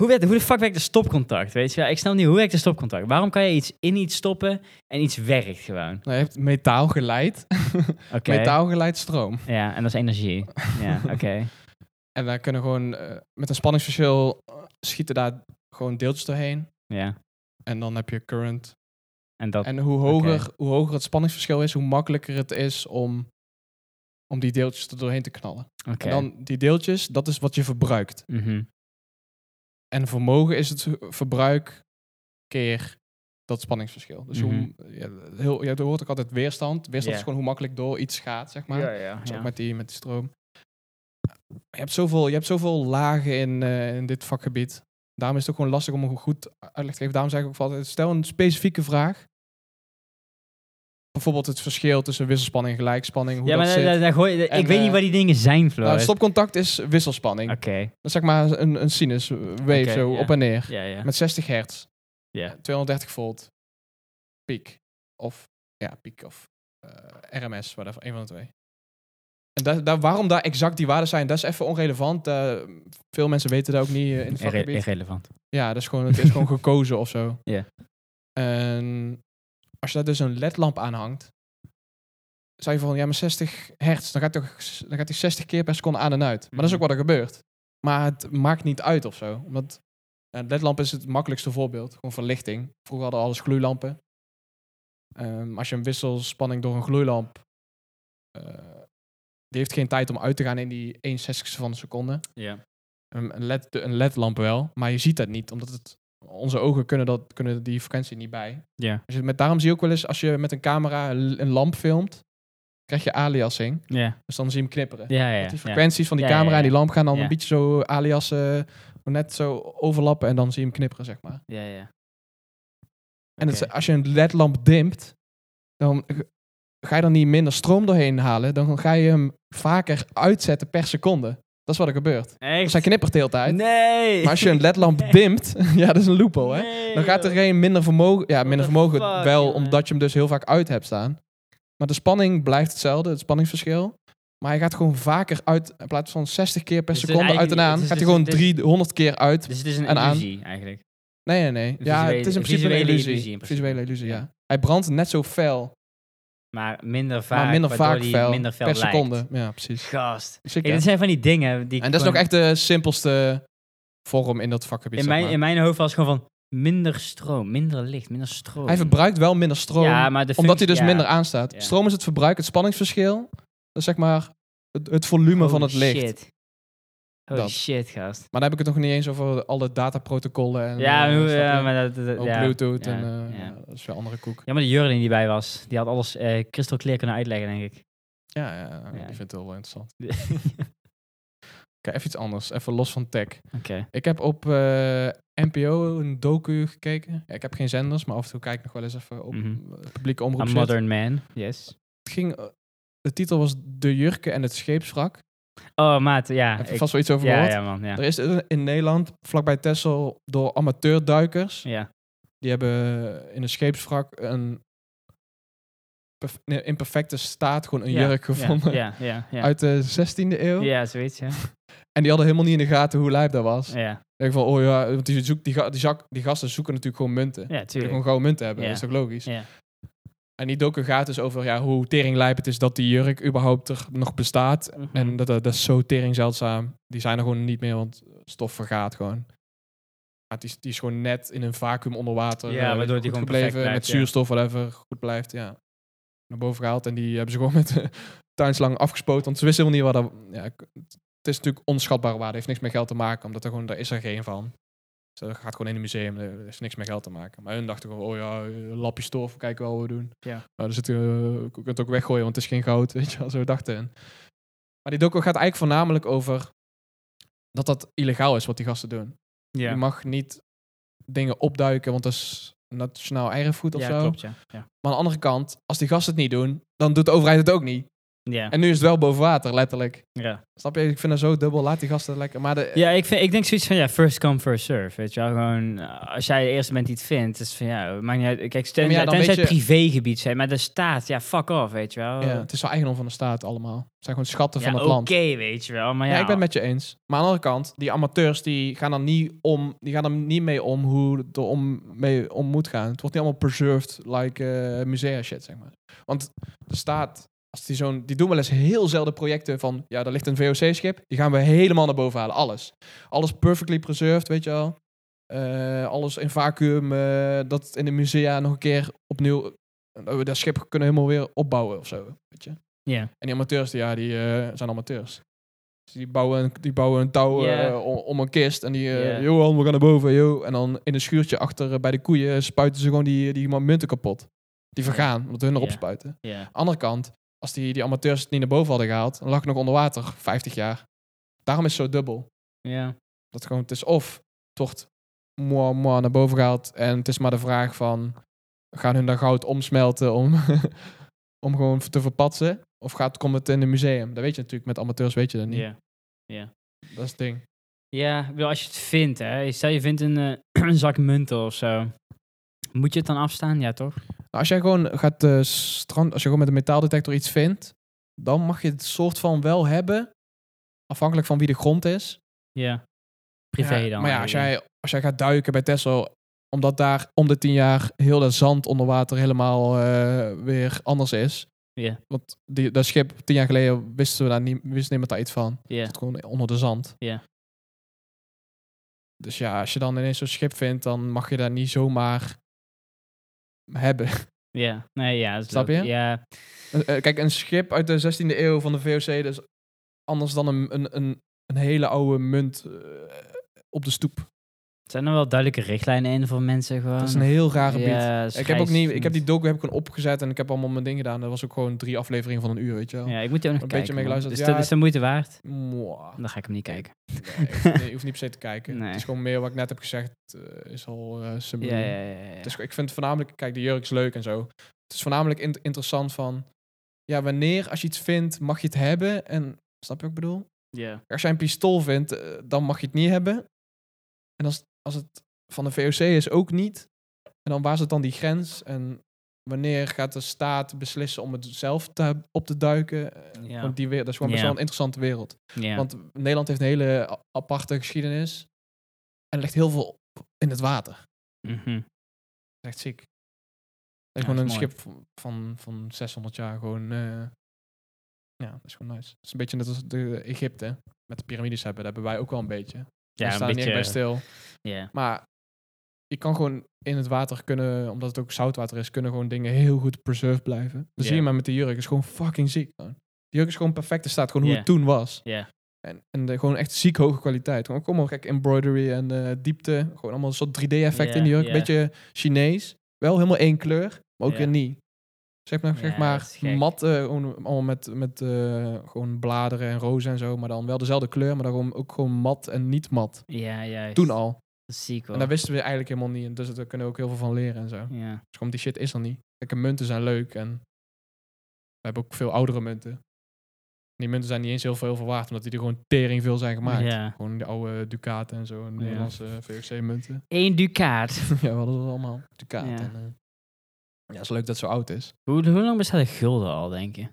S2: Hoe, werd, hoe de fuck werkt de stopcontact, weet je wel? Ik snap niet, hoe werkt de stopcontact? Waarom kan je iets in iets stoppen en iets werkt gewoon?
S1: Nou, je hebt metaal geleid.
S2: Oké.
S1: Metaal geleid stroom.
S2: Ja, en dat is energie. Ja, oké.
S1: En wij kunnen gewoon eh, met een spanningsverschil eh, schieten daar gewoon deeltjes doorheen.
S2: Ja.
S1: En dan heb je current.
S2: En dat...
S1: En hoe hoger, hoe hoger het spanningsverschil is, hoe makkelijker het is om, om die deeltjes er doorheen te knallen.
S2: Oké.
S1: En dan die deeltjes, dat is wat je verbruikt.
S2: Mhm.
S1: En vermogen is het verbruik keer dat spanningsverschil. Dus hoe, ja, heel, je hoort ook altijd weerstand. Weerstand
S2: Mhm. Ja.
S1: is gewoon hoe makkelijk door iets gaat, zeg maar.
S2: ja, ja,
S1: Dus
S2: ja.
S1: ook met die, met die stroom. Maar Je hebt zoveel, je hebt zoveel lagen in, eh, in dit vakgebied. Daarom is het ook gewoon lastig om een goed uitleg te geven. Daarom zeg ik ook altijd, stel een specifieke vraag. Bijvoorbeeld het verschil tussen wisselspanning en gelijkspanning. Hoe
S2: Ja, maar
S1: dat
S2: daar-
S1: zit.
S2: daar- daar gooi je-
S1: En,
S2: ik weet niet
S1: eh,
S2: wat die dingen zijn, Floor.
S1: nou, stopcontact is wiselspanning.
S2: Oké.
S1: Dat is zeg maar een, een sinus eh, wave
S2: Oké,
S1: zo
S2: ja.
S1: op en neer.
S2: Ja, ja.
S1: Met 60 hertz.
S2: Ja.
S1: 230 volt. Piek. Of, ja, piek of eh, RMS, whatever, een van de twee. En daar, daar, waarom daar exact die waarden zijn, dat is even onrelevant. Eh, veel mensen weten dat ook niet eh, in het
S2: Irre-
S1: vakgebied.
S2: irrelevant.
S1: Ja, dat is gewoon, het is gewoon gekozen of zo.
S2: Ja.
S1: En als je daar dus een ledlamp aan hangt, zei je van, ja, maar 60 hertz, dan gaat, toch, dan gaat die 60 keer per seconde aan en uit. Maar dat is ook wat er gebeurt. Maar het maakt niet uit of zo. Omdat een ledlamp is het makkelijkste voorbeeld, gewoon verlichting. Vroeger hadden we alles gloeilampen. Ehm, als je een wisselspanning door een gloeilamp, eh, die heeft geen tijd om uit te gaan in die 61ste van een seconde.
S2: Ja.
S1: Een, een LED, een LED-lamp wel, maar je ziet dat niet, omdat het, onze ogen kunnen, dat, kunnen die frequentie niet bij.
S2: Ja.
S1: Als je, met, daarom zie je ook wel eens, als je met een camera een, een lamp filmt, krijg je aliasing.
S2: Ja,
S1: Dus dan zie je hem knipperen.
S2: ja, ja.
S1: Dat die
S2: ja.
S1: frequenties van die
S2: Ja, ja,
S1: camera en
S2: ja.
S1: die lamp gaan dan
S2: Ja.
S1: een beetje zo aliasen, net zo overlappen en dan zie je hem knipperen, zeg maar.
S2: ja, ja.
S1: En het
S2: Oké.
S1: is- als je een ledlamp dimpt, dan g- ga je dan niet minder stroom doorheen halen, dan ga je hem vaker uitzetten per seconde. Dat is wat er gebeurt. Dus hij
S2: Echt?
S1: knippert de hele tijd.
S2: Nee!
S1: Maar als je een ledlamp dimpt, ja, dat is een loophole, hè? Dan gaat er geen minder vermogen... Ja, minder
S2: the
S1: vermogen
S2: fuck,
S1: wel,
S2: jongen.
S1: omdat je hem dus heel vaak uit hebt staan. Maar de spanning blijft hetzelfde, het spanningsverschil. Maar hij gaat gewoon vaker uit, in plaats van 60 keer per
S2: Dus het is
S1: seconde uit en
S2: eigenlijk-
S1: aan,
S2: het is-
S1: gaat hij
S2: het is- dus-
S1: gewoon
S2: het
S1: 300
S2: is-
S1: keer uit.
S2: Dus het is een
S1: en aan.
S2: illusie, eigenlijk.
S1: Nee, nee, nee.
S2: Een
S1: Ja,
S2: visuele-
S1: het is in
S2: een
S1: principe een
S2: visuele
S1: illusie.
S2: illusie in principe.
S1: Visuele illusie,
S2: Ja.
S1: ja. Hij brandt net zo fel,
S2: Maar minder vaak,
S1: maar minder
S2: waardoor
S1: vaak
S2: die
S1: fel,
S2: minder fel
S1: per
S2: lijkt.
S1: seconde. Dus- Ja, precies.
S2: Gast.
S1: Sick,
S2: Kijk,
S1: hè?
S2: dit zijn van die dingen die ik
S1: en dat is nog
S2: gewoon-
S1: echt de simpelste vorm in dat vakgebied,
S2: In
S1: zeg
S2: mijn,
S1: maar.
S2: in mijn hoofd was gewoon van minder stroom, minder licht, minder stroom.
S1: Hij verbruikt wel minder stroom.
S2: Ja, maar de
S1: Omdat hij dus
S2: functie- ja.
S1: minder aanstaat.
S2: Ja.
S1: Stroom is het verbruik, het spanningsverschil. Dat is zeg maar het, het volume van het
S2: Holy
S1: licht.
S2: Shit. Holy
S1: Dat.
S2: shit, gast.
S1: Maar dan heb ik het nog niet eens over alle dataprotocollen. En,
S2: Ja,
S1: eh,
S2: hoe-
S1: snap
S2: ja,
S1: je?
S2: maar dat... dat-
S1: Ook
S2: ja,
S1: Bluetooth
S2: ja,
S1: en eh,
S2: ja.
S1: ja, dat is weer andere koek.
S2: Ja, maar de Jurgen die bij was, die had alles eh kristalclear kunnen uitleggen, denk ik.
S1: Ja, ja, ik
S2: Ja.
S1: vind het heel interessant.
S2: Oké.
S1: Kijk, even iets anders. Even los van tech. Ik heb op eh, NPO een docu gekeken. Ja, ik heb geen zenders, maar af en toe kijk ik nog wel eens even op
S2: Mhm.
S1: eh, publieke
S2: A
S1: omroep. zit.
S2: modern man. Yes.
S1: Het ging, eh, de titel was De Jurken en het Scheepswrak.
S2: Oh, maat, ja.
S1: heb je
S2: ik-
S1: vast wel iets over
S2: ja,
S1: gehoord?
S2: ja, man, ja.
S1: Er is een- in Nederland, vlakbij Texel, door amateurduikers.
S2: Ja,
S1: Die hebben eh, in een scheepswrak een perf- nee, in perfecte staat gewoon een
S2: Ja,
S1: jurk
S2: ja,
S1: gevonden.
S2: Ja, ja, ja.
S1: Uit de 16e eeuw.
S2: Ja, zoiets, ja.
S1: En die hadden helemaal niet in de gaten hoe lijp dat was.
S2: Ja,
S1: Ik van, oh ja, want die, zoek, die, ga- die, zak, die gasten zoeken natuurlijk gewoon munten.
S2: ja
S1: Die
S2: tuurlijk.
S1: gewoon gouden munten hebben,
S2: Ja.
S1: dat is toch logisch?
S2: Ja.
S1: En die docu gaat dus over ja, hoe teringlijp het is dat die jurk überhaupt er nog bestaat.
S2: Mhm.
S1: En dat, dat, dat is zo tering zeldzaam. Die zijn er gewoon niet meer, want stof vergaat gewoon. Maar die, is- die is gewoon net in een vacuüm onder water.
S2: Ja,
S1: eh,
S2: waardoor die
S1: goed
S2: gewoon
S1: gebleven,
S2: perfect blijft,
S1: Met
S2: ja.
S1: zuurstof, whatever, goed blijft, ja. Naar boven gehaald en die hebben ze gewoon met de tuinslang afgespoten. Want ze wisten helemaal niet waar dat... Ja, k- het is natuurlijk onschatbare waarde. heeft niks met geld te maken, omdat er gewoon, daar is er geen van. Dus dat gaat gewoon in een museum, daar is niks met geld te maken. Maar hun dachten gewoon, oh ja, een lapje stof, kijk wel wat we doen.
S2: Ja.
S1: Maar dus het, eh, je kunt het ook weggooien, want het is geen goud, weet je wel, zo dachten hun. Maar die docu gaat eigenlijk voornamelijk over dat dat illegaal is wat die gasten doen. Je
S2: Ja,
S1: mag niet dingen opduiken, want dat is nationaal erfgoed of
S2: ja
S1: zo.
S2: klopt, ja. ja.
S1: Maar aan de andere kant, als die gasten het niet doen, dan doet de overheid het ook niet.
S2: Ja.
S1: En nu is het wel boven water, letterlijk.
S2: ja.
S1: Snap je? Ik vind dat zo dubbel. Laat die gasten lekker. Maar de,
S2: Ja, ik, vind, ik denk zoiets van, ja, first come, first serve. Weet je wel, gewoon, eh, als jij de eerste bent die het vindt, is van, ja, maakt niet uit. Kijk,
S1: Ja, maar ja,
S2: tenzij
S1: dan
S2: tenzij het
S1: weet
S2: privégebied zijn, maar de staat, ja, fuck off, weet je wel.
S1: ja, het is wel eigendom van de staat allemaal. Het zijn gewoon schatten
S2: Ja,
S1: van het
S2: oké,
S1: land.
S2: weet je wel, maar
S1: Ja,
S2: ja.
S1: ik ben het met je eens. Maar aan de andere kant, die amateurs die gaan er niet, om, die gaan er niet mee om hoe het er om, mee om moet gaan. Het wordt niet allemaal preserved like eh, musea shit, zeg maar. Want de staat, als die, zo'n, die doen wel eens heel zelden projecten van... Ja, daar ligt een VOC-schip. Die gaan we helemaal naar boven halen. Alles. Alles perfectly preserved, weet je wel. Eh, alles in vacuüm. eh, dat in de musea nog een keer opnieuw... dat we dat schip kunnen helemaal weer opbouwen of zo, weet je.
S2: Ja.
S1: En die amateurs, die, ja, die eh, zijn amateurs. Dus die bouwen, een- die bouwen een touw eh,
S2: Ja.
S1: om, om een kist. En die, eh
S2: Ja.
S1: Johan, we gaan naar boven, yo. En dan in een schuurtje achter eh, bij de koeien spuiten ze gewoon die, die munten kapot. Die vergaan, omdat hun erop
S2: Ja.
S1: spuiten.
S2: ja.
S1: Andere kant, als die, die amateurs het niet naar boven hadden gehaald, dan lag het nog onder water, 50 jaar. Daarom is het zo dubbel.
S2: Ja.
S1: Dat gewoon, het is of het wordt moi, moi naar boven gehaald en het is maar de vraag van, gaan hun dan goud omsmelten om, om gewoon te verpatsen? Of gaat, komt het in een museum? Dat weet je natuurlijk, met amateurs weet je dat niet.
S2: Ja.
S1: Dat is het ding.
S2: Ja, ik bedoel, als je het vindt, hè. Stel je vindt een, eh, een zak munten of zo. Moet je het dan afstaan? Ja, toch?
S1: Nou, als jij gewoon gaat eh, strand, als je gewoon met een metaaldetector iets vindt, dan mag je het soort van wel hebben, afhankelijk van wie de grond is.
S2: Ja. Privé
S1: Ja,
S2: dan.
S1: Maar ja, als
S2: eigenlijk.
S1: jij, als jij gaat duiken bij Texel, omdat daar om de tien jaar heel dat zand onder water helemaal eh, weer anders is.
S2: Ja.
S1: Want die, dat schip tien jaar geleden wisten we daar niet, wist niemand daar iets van.
S2: Ja.
S1: Het gewoon onder de zand.
S2: Ja.
S1: Dus ja, als je dan ineens zo'n schip vindt, dan mag je daar niet zomaar hebben.
S2: Ja. Nee, ja. dat is
S1: Snap
S2: ook-
S1: je?
S2: Ja.
S1: Eh, eh, Kijk, een schip uit de 16e eeuw van de VOC, dat is anders dan een, een, een, een hele oude munt eh, op de stoep.
S2: Zijn er wel duidelijke richtlijnen in voor mensen gewoon?
S1: Dat is een heel raar gebied.
S2: Ah. Ja, dat is
S1: Ik heb ook
S2: grijs.
S1: niet, ik heb die docu heb ik gewoon opgezet en ik heb allemaal mijn ding gedaan. Dat was ook gewoon drie afleveringen van een uur, weet je wel.
S2: Ja, ik moet die ook nog
S1: Een
S2: kijken.
S1: beetje mee
S2: man.
S1: geluisterd.
S2: Is,
S1: Ja,
S2: dat, is de moeite waard?
S1: Mwah.
S2: Dan ga ik hem niet kijken.
S1: Nee, je hoeft- je hoeft niet per se te kijken.
S2: Nee.
S1: Het is gewoon meer wat ik net heb gezegd, eh, is al eh subliem.
S2: Ja, ja, ja. ja.
S1: Het is, ik vind voornamelijk, kijk, de jurk is leuk en zo. Het is voornamelijk int- interessant van, ja, wanneer als je iets vindt, mag je het hebben. En, snap je wat ik bedoel?
S2: ja.
S1: Als jij een pistool vindt, eh, dan mag je het niet hebben. En als, als het van de VOC is, ook niet. En dan waar zit dan die grens? En wanneer gaat de staat beslissen om het zelf te, op te duiken? Eh,
S2: Ja.
S1: Want die, wereld- dat is gewoon best
S2: Ja.
S1: wel een interessante wereld.
S2: Ja.
S1: Want Nederland heeft een hele a- aparte geschiedenis. En er ligt heel veel in het water.
S2: Mhm.
S1: Dat is echt ziek. Dat is
S2: Ja,
S1: gewoon een
S2: dat is mooi.
S1: schip van, van, van 600 jaar gewoon... eh, ja, dat is gewoon nice. Het is een beetje net als de Egypte met de piramides hebben. Dat hebben wij ook wel een beetje. Daar
S2: Ja,
S1: staan
S2: een
S1: niet echt bij
S2: beetje.
S1: stil.
S2: Ja.
S1: Maar je kan gewoon in het water kunnen, omdat het ook zoutwater is, kunnen gewoon dingen heel goed preserved blijven. Dat zie
S2: Ja.
S1: je maar met de jurk. is gewoon fucking ziek. man. De jurk is gewoon perfect in staat, gewoon hoe
S2: Ja.
S1: het toen was.
S2: Ja.
S1: En, en de, gewoon echt ziek hoge kwaliteit. Gewoon, kom maar, kijk, embroidery en eh, diepte. Gewoon allemaal een soort 3D-effect
S2: Ja,
S1: in die jurk.
S2: ja.
S1: Beetje Chinees. Wel helemaal één kleur, maar ook
S2: Ja.
S1: weer niet. Zeg maar, zeg
S2: Ja, dat
S1: maar
S2: is gek.
S1: mat, eh, gewoon allemaal met, met eh, gewoon bladeren en rozen en zo. Maar dan wel dezelfde kleur, maar dan gewoon- ook gewoon mat en niet mat.
S2: Ja, juist.
S1: Toen al.
S2: Dat is ziek, hoor.
S1: En daar wisten we eigenlijk helemaal niet. En dus daar kunnen we ook heel veel van leren en zo. Dus
S2: Ja.
S1: gewoon die shit is er niet. Kijk, en munten zijn leuk en we hebben ook veel oudere munten. En die munten zijn niet eens heel veel, heel veel waard, omdat die er gewoon tering veel zijn gemaakt.
S2: Ja.
S1: Gewoon de oude Ducaten en zo, en
S2: Ja.
S1: Nederlandse VOC-munten.
S2: Eén ducaat.
S1: ja, we hadden dat allemaal. Ducaten.
S2: Ja.
S1: Ja. ja, is leuk dat het zo oud is. Dat
S2: Hoe, hoe lang bestaat de gulden al, denk je?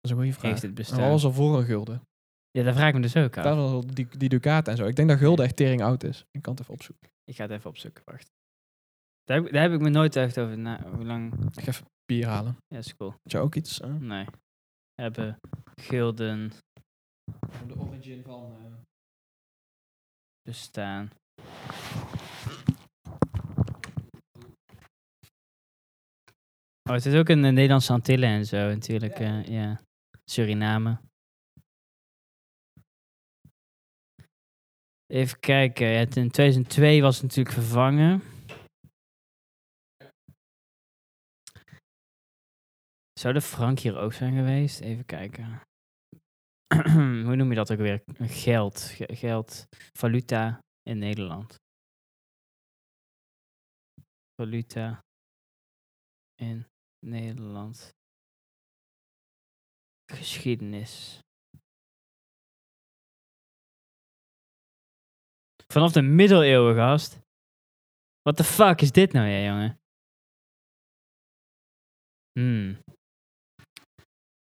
S1: is een goede vraag.
S2: Heeft het
S1: En
S2: bestaan?
S1: wat was al voor een gulden?
S2: Ja, daar vraag ik me dus ook af.
S1: Daar was al die, die Ducaten en zo. Ik denk dat gulden echt tering oud is. Ik kan het even opzoeken.
S2: Ik ga het even opzoeken, wacht. Daar heb, ik- daar heb ik me nooit echt over na... Hoe lang...
S1: Ik ga even bier halen.
S2: Ja, is cool.
S1: Had je ook iets? eh?
S2: Nee. Hebben gulden
S1: De origin van... eh,
S2: bestaan. Oh, het is ook in de Nederlandse Antillen en zo natuurlijk. eh, Ja. Suriname. Even kijken. ja, het in 2002 was het natuurlijk vervangen. Zou de frank hier ook zijn geweest? Even kijken. Hoe noem je dat ook weer? Geld. ge- geld. Valuta in Nederland. Valuta in Nederland. Geschiedenis. Vanaf de middeleeuwen, gast. What the fuck is dit nou, jij jongen? Hmm.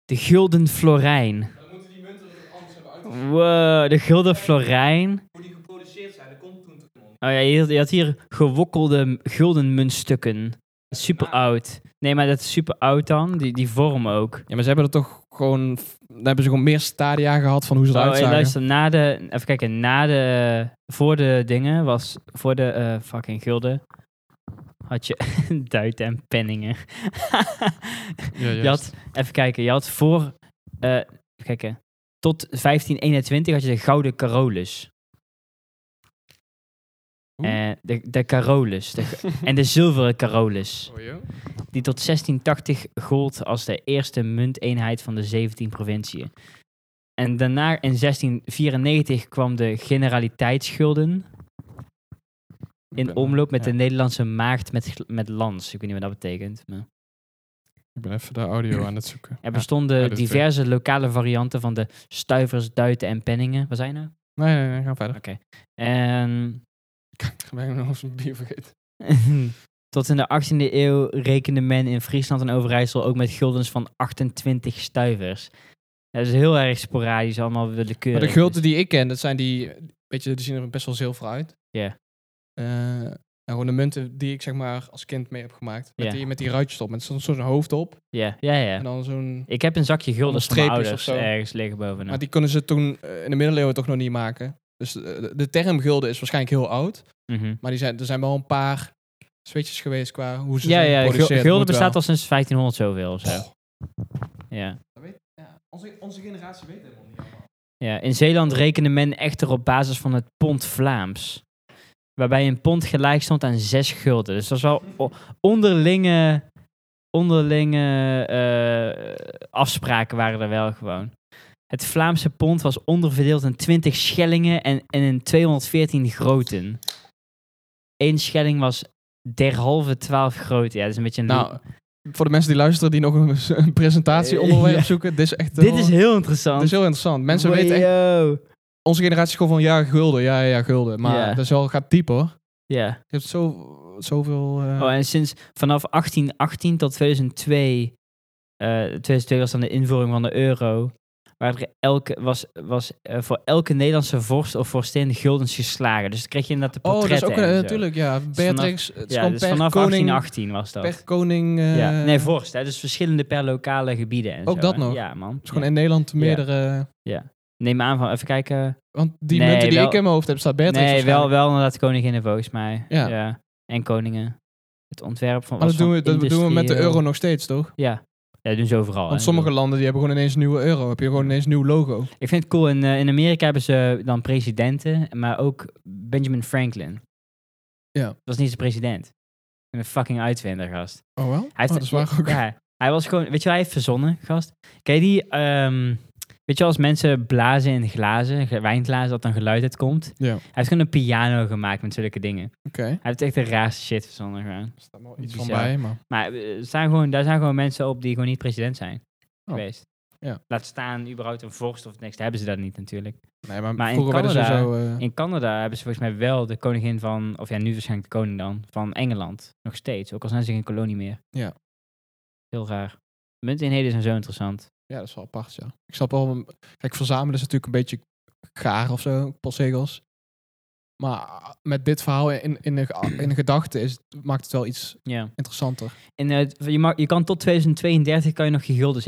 S2: De Gulden Florijn.
S1: Dan moeten die munten er anders hebben
S2: Wow, de Gulden Florijn.
S1: Hoe die geproduceerd zijn, dat komt toen toch
S2: Oh ja, je had, je had hier gewokkelde guldenmuntstukken. Super oud. Nee, maar dat is super oud dan. Die, die vorm ook.
S1: Ja, maar ze hebben er toch gewoon... Daar hebben ze gewoon meer stadia gehad van hoe ze
S2: Oh,
S1: eruit
S2: hey,
S1: zagen.
S2: luister, na de... Even kijken. Na de... Voor de dingen was... Voor de eh, fucking gulden... Had je duiten en penningen. je had... Even kijken. Je had voor... eh even kijken. Tot 1521 had je de gouden Carolus.
S1: Oeh.
S2: Eh, de, de Carolus. De- en de zilveren Carolus.
S1: Oh,
S2: die tot 1680 gold als de eerste munteenheid van de 17 provinciën. En daarna in 1694 kwam de generaliteitsschulden in omloop met de Nederlandse maagd met, gl- met lans. Ik weet niet wat dat betekent. Maar.
S1: Ik ben even de audio aan het zoeken.
S2: Er
S1: Ja.
S2: bestonden
S1: ja, dit is het.
S2: diverse lokale varianten van de stuivers, duiten en penningen. Wat zijn nou?
S1: Nee, nee, nee, ga verder.
S2: En
S1: Ik ben nog eens een bier vergeten.
S2: Tot in de 18e eeuw rekende men in Friesland en Overijssel ook met guldens van 28 stuivers. Dat is heel erg sporadisch, allemaal willekeurig.
S1: Maar de
S2: dus-
S1: gulden die ik ken, dat zijn die... Weet je, die zien er best wel zilver uit.
S2: Ja.
S1: Eh, nou, gewoon de munten die ik zeg maar als kind mee heb gemaakt. Met,
S2: Ja.
S1: die, met die ruitjes op. Met zo'n zo'n hoofd op.
S2: Ja, ja, ja. nou.
S1: En dan zo'n...
S2: Ik heb een zakje guldens van mijn
S1: streepjes
S2: ouders eh,
S1: of zo.
S2: ergens liggen bovenaan.
S1: Maar die konden ze toen eh, in de middeleeuwen toch nog niet maken. Dus eh, de, de term gulden is waarschijnlijk heel oud.
S2: Mhm.
S1: Maar die zijn, er zijn wel een paar switches geweest qua hoe ze
S2: Ja,
S1: zijn
S2: ja, gul-
S1: dus geproduceerd.
S2: gulden
S1: Moet wel. Oh.
S2: bestaat al sinds 1500 zoveel of zo. Ja.
S1: Onze, onze generatie weet helemaal niet allemaal.
S2: Ja, in Zeeland rekende men echter op basis van het pond Vlaams. Waarbij een pond gelijk stond aan zes gulden. Dus dat was wel o- onderlinge, onderlinge eh, afspraken waren er wel gewoon. Het Vlaamse pond was onderverdeeld in 20 schellingen en, en in 214 groten. Eén schelling was derhalve 12 groten. Ja, dat is een beetje een...
S1: Nou, voor de mensen die luisteren die nog een, een presentatie
S2: Eh,
S1: onderwerp
S2: ja.
S1: zoeken, dit is echt
S2: dit
S1: wel-
S2: is heel
S1: dit
S2: interessant.
S1: is heel interessant. dus Mensen weten echt,
S2: Wayo.
S1: onze generatie is gewoon van ja, gulden, ja, ja, ja, gulden. Maar
S2: Ja.
S1: dat is wel, gaat diep hoor.
S2: Ja.
S1: Je hebt zo, zoveel... eh,
S2: Oh, en sinds vanaf 1818 tot 2002, eh 2002 was dan de invoering van de euro, waar er elke, was, was eh, voor elke Nederlandse vorst of vorstin guldens geslagen. Dus dan kreeg je inderdaad de
S1: Oh, dat is
S2: portretten.
S1: ook een,
S2: en zo.
S1: natuurlijk, ja.
S2: vanaf-
S1: Beatrix, het is
S2: Ja,
S1: gewoon
S2: dus
S1: per
S2: vanaf
S1: koning,
S2: 1818 was dat.
S1: per koning... eh,
S2: ja. Nee, vorst. Hè? Dus verschillende per lokale gebieden en
S1: Ook
S2: zo,
S1: dat
S2: hè.
S1: nog?
S2: Ja, man.
S1: Het is gewoon
S2: Ja.
S1: in Nederland meerdere...
S2: Neem aan van, even kijken.
S1: Want die
S2: Nee,
S1: munten die
S2: wel-
S1: ik in mijn hoofd heb, staat Beatrix
S2: nee, wel,
S1: waarschijnlijk.
S2: wel inderdaad koninginnen volgens mij.
S1: Ja.
S2: En koningen. Het ontwerp van...
S1: Maar
S2: was
S1: dat doen, we,
S2: van
S1: dat doen we met de
S2: industrieel- Oh,
S1: euro nog steeds, toch?
S2: Ja. Ja, dat doen ze overal.
S1: Want
S2: hè.
S1: sommige landen die hebben gewoon ineens een nieuwe euro. Heb je gewoon ineens een nieuw logo.
S2: Ik vind het cool. In, eh, in Amerika hebben ze dan presidenten, maar ook Benjamin Franklin.
S1: Ja.
S2: Dat was niet zijn president. En een fucking uitvinder, gast.
S1: Oh wel?
S2: Hij heeft,
S1: dat is waar ook.
S2: Ja, hij was gewoon... Weet je wat hij heeft verzonnen, gast? Ken je die... ehm, weet je wel, als mensen blazen in glazen, ge- wijnglazen, dat dan geluid uitkomt?
S1: Ja.
S2: Hij heeft gewoon een piano gemaakt met zulke dingen.
S1: Oké.
S2: Hij heeft echt de raarste shit verzonnen, gewoon.
S1: Er staat wel iets van
S2: Bizar.
S1: bij, maar...
S2: Maar eh, er staan gewoon, daar zijn gewoon mensen op die gewoon niet president zijn
S1: Oh.
S2: geweest.
S1: Ja.
S2: Laat staan, überhaupt een vorst of niks. Hebben ze dat niet, natuurlijk.
S1: Nee, maar,
S2: Maar in
S1: vroeger werden ze
S2: Canada-
S1: zo... eh,
S2: In Canada hebben ze volgens mij wel de koningin van, of ja, nu waarschijnlijk de koning dan, van Engeland. Nog steeds, ook al zijn ze geen kolonie meer.
S1: Ja.
S2: Heel raar. Munteenheden zijn zo interessant.
S1: Ja, dat is wel apart, ja. Ik snap wel... Kijk, verzamelen is natuurlijk een beetje gaar of zo, postzegels. Maar eh, met dit verhaal in, in, de, ge- in de gedachte is, maakt het wel iets
S2: Ja.
S1: interessanter.
S2: En eh, het- je, mag, je kan tot 2032 kan je nog je guldens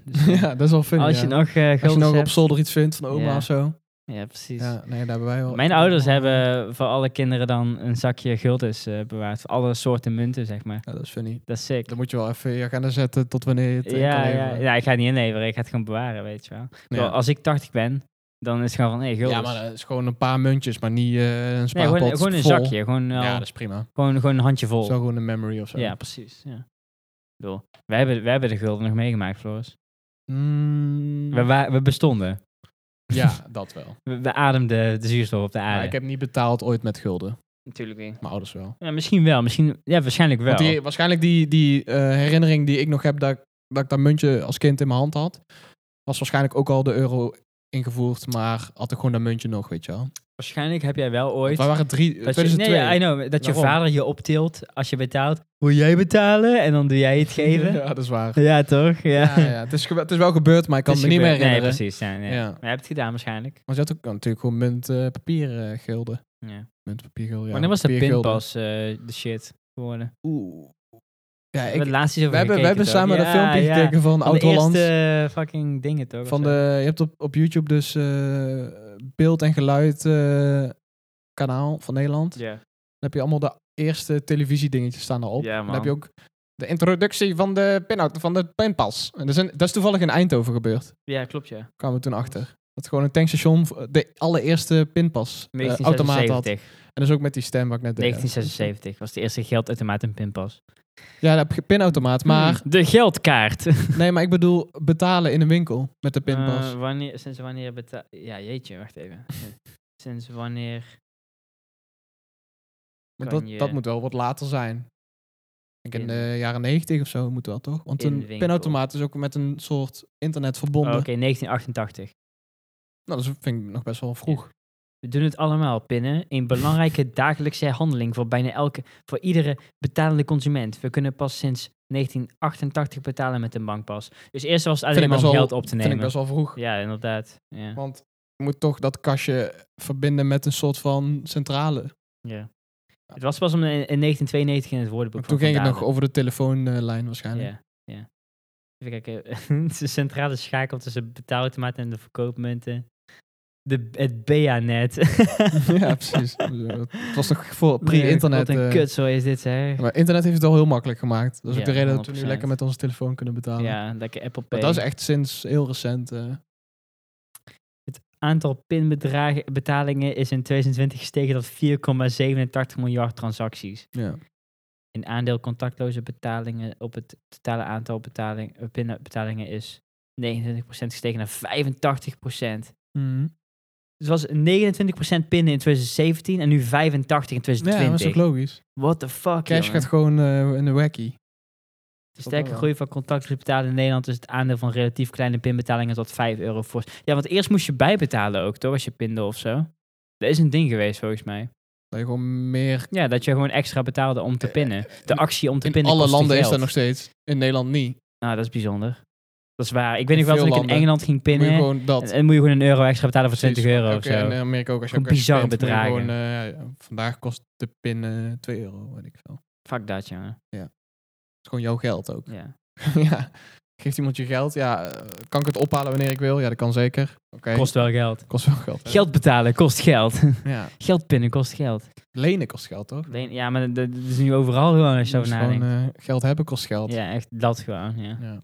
S2: Dus, eh,
S1: ja, dat is wel funny,
S2: als je
S1: ja.
S2: nog eh guldens
S1: Als je nog op
S2: hebt-
S1: zolder iets vindt van oma
S2: Ja.
S1: of zo.
S2: Ja, precies.
S1: Ja, nee, daar hebben wij wel...
S2: Mijn ouders hebben voor alle kinderen dan een zakje guldens eh, bewaard. Voor alle soorten munten, zeg maar.
S1: Ja, dat is funny.
S2: Dat is sick.
S1: Dan moet je wel even je agenda zetten tot wanneer je het eh, kan
S2: Ja, ja,
S1: leveren.
S2: ja, ik ga het niet inleveren. Ik ga het gewoon bewaren, weet je wel. Ik bedoel,
S1: Ja.
S2: Als ik 80 ben, dan is het gewoon van, hé, hey, guldens.
S1: Ja, maar dat is gewoon een paar muntjes, maar niet eh, een
S2: dus. Nee,
S1: spaarpot
S2: gewoon, gewoon een
S1: vol.
S2: zakje. Gewoon, wel-
S1: Ja, dat is prima.
S2: gewoon, gewoon een handje vol.
S1: Zo gewoon een memory of zo.
S2: ja, precies. Ja. Ik bedoel, wij hebben, wij hebben de gulden nog meegemaakt, Floris.
S1: Mm,
S2: We, Ah, wa- we bestonden.
S1: ja, dat wel.
S2: We, we ademden de zuurstof op de
S1: Maar
S2: aarde.
S1: ik heb niet betaald ooit met gulden.
S2: Natuurlijk niet.
S1: Mijn ouders wel.
S2: Ja, misschien wel. Misschien, ja, waarschijnlijk wel.
S1: Want die, waarschijnlijk die, die eh, herinnering die ik nog heb dat, ik- dat ik dat muntje als kind in mijn hand had. was waarschijnlijk ook al de euro ingevoerd, maar had ik gewoon dat muntje nog, weet je wel.
S2: Waarschijnlijk heb jij wel
S1: We
S2: ooit...
S1: waren drie,
S2: Dat je,
S1: 2002.
S2: nee, ja, I know. Dat je
S1: Waarom?
S2: vader je optilt als je betaalt. Wil jij betalen? En dan doe jij het geven.
S1: Ja, dat is waar.
S2: Ja, toch? Ja.
S1: Ja, ja, het, is gebe- het is wel gebeurd, maar ik kan
S2: Het
S1: me
S2: is
S1: niet meer
S2: gebeurd.
S1: herinneren.
S2: Nee, precies. Ja, nee.
S1: Ja.
S2: Maar je hebt het gedaan waarschijnlijk.
S1: Maar ze had ook ja, natuurlijk gewoon munt, eh, papier, eh gilden.
S2: Ja.
S1: Munt, papier, gilden, ja.
S2: Wanneer was de
S1: papiergilden.
S2: pinpas eh, de shit geworden?
S1: Oeh. Ja,
S2: we
S1: ik,
S2: hebben het laatst eens
S1: we
S2: over
S1: hebben, we
S2: gekeken,
S1: hebben samen
S2: toch? ja,
S1: dat filmpje
S2: ja.
S1: gekeken van,
S2: Van de
S1: Oud-Holland.
S2: eerste eh, fucking dingen toch? of
S1: Van
S2: zo?
S1: de, je hebt op, op YouTube dus eh, beeld en geluid eh, kanaal van Nederland.
S2: Ja.
S1: Dan heb je allemaal de eerste televisiedingetjes staan erop.
S2: Ja,
S1: dan
S2: man.
S1: heb je ook de introductie van de pinout, van de pinpas. En dat, is dat is toevallig in Eindhoven gebeurd.
S2: ja, klopt ja.
S1: Kwamen we toen achter. Dat gewoon een tankstation v- de allereerste pinpas eh, automaat had. En
S2: 1976.
S1: dus ook met die stem wat ik net deed.
S2: 1976 was de eerste geldautomaat en pinpas.
S1: Ja, dat heb je
S2: Hmm.
S1: pinautomaat. Maar,
S2: De geldkaart.
S1: nee, maar ik bedoel betalen in een winkel met de pinpas.
S2: Eh, wanneer, sinds wanneer betaal... Ja, jeetje, wacht even. sinds wanneer...
S1: Maar
S2: kan
S1: dat,
S2: je-
S1: dat moet wel wat later zijn. Ik eh, denk in
S2: In-
S1: de jaren 90 of zo moet wel, toch? Want
S2: In
S1: een
S2: winkel.
S1: pinautomaat is ook met een soort internet
S2: Oh,
S1: verbonden.
S2: Oké, 1988.
S1: Nou, dat vind ik nog best wel vroeg.
S2: We doen het allemaal, pinnen. Een belangrijke dagelijkse handeling voor bijna elke, voor iedere betalende consument. We kunnen pas sinds 1988 betalen met een bankpas. Dus eerst was het
S1: Vind ik
S2: alleen maar
S1: best
S2: om
S1: wel-
S2: geld op te
S1: Dat vind ik
S2: nemen.
S1: best wel vroeg.
S2: Ja, inderdaad. Ja.
S1: Want je moet toch dat kastje verbinden met een soort van centrale.
S2: Ja. Het was pas om in, in 1992 in het woordenboek.
S1: Want toen ging het nog
S2: op.
S1: over de telefoonlijn waarschijnlijk.
S2: Ja, ja. Even kijken. het is een centrale schakel tussen betaalautomaten en de verkoopmunten. De, het BA-net.
S1: ja, precies. Het was nog voor
S2: Wat
S1: pre-internet.
S2: een
S1: eh.
S2: kutzooi is dit, zeg.
S1: Maar internet heeft het al heel makkelijk gemaakt. Dat is ook
S2: Ja,
S1: de reden dat we nu
S2: 100%.
S1: lekker met onze telefoon kunnen betalen.
S2: Ja, lekker Apple Pay.
S1: Maar dat is echt sinds heel recent. eh,
S2: aantal pinbedragen betalingen is in 2020 gestegen tot 4,87 miljard transacties.
S1: ja.
S2: In aandeel contactloze betalingen op het totale aantal betaling, eh, pinbetalingen is 29% gestegen naar 85%.
S1: Mhm.
S2: Dus het was 29% pinnen in 2017 en nu 85%
S1: Ja,
S2: in
S1: dat is
S2: 2020.
S1: ook logisch.
S2: What the fuck,
S1: Cash
S2: jongen.
S1: gaat gewoon eh, in de wacky.
S2: De sterke
S1: wel.
S2: groei van contactloze betalingen in Nederland is het aandeel van relatief kleine pinbetalingen tot 5 euro voor. Ja, want eerst moest je bijbetalen ook, toch? Als je pinde of zo. Dat is een ding geweest, volgens mij.
S1: Dat je gewoon meer...
S2: Ja, dat je gewoon extra betaalde om te pinnen. De actie om
S1: Eh,
S2: te
S1: In
S2: pinnen.
S1: alle
S2: kostte
S1: landen is
S2: geld.
S1: dat nog steeds. In Nederland niet.
S2: Nou, dat is bijzonder. Dat is waar. Ik weet nog wel
S1: veel
S2: dat ik in
S1: landen
S2: Engeland ging
S1: Moet je
S2: pinnen.
S1: gewoon dat...
S2: En, en moet je gewoon een euro extra betalen voor 20
S1: Precies. eh,
S2: euro
S1: Ook
S2: of zo.
S1: In Amerika ook. Als je
S2: Gewoon
S1: ook ergens
S2: bizarre
S1: bent, moet je
S2: bedragen.
S1: Gewoon, eh, ja, vandaag kost de pin eh 2 euro, weet ik veel. Het
S2: Fuck dat, jongen.
S1: is gewoon jouw geld ook.
S2: Ja.
S1: ja. Geeft iemand je geld? Ja. eh, Kan ik het ophalen wanneer ik wil? Ja, dat kan zeker. Oké. Eh.
S2: Kost wel geld.
S1: Kost wel geld. hè?
S2: Geld betalen kost geld.
S1: Ja.
S2: geld pinnen kost geld.
S1: Lenen kost geld, toch?
S2: Alleen- Ja, maar dat, dat is nu overal gewoon als je
S1: Dus
S2: over
S1: gewoon,
S2: nadenkt.
S1: eh, geld hebben kost geld.
S2: Ja, echt dat gewoon. Ja.
S1: Ja.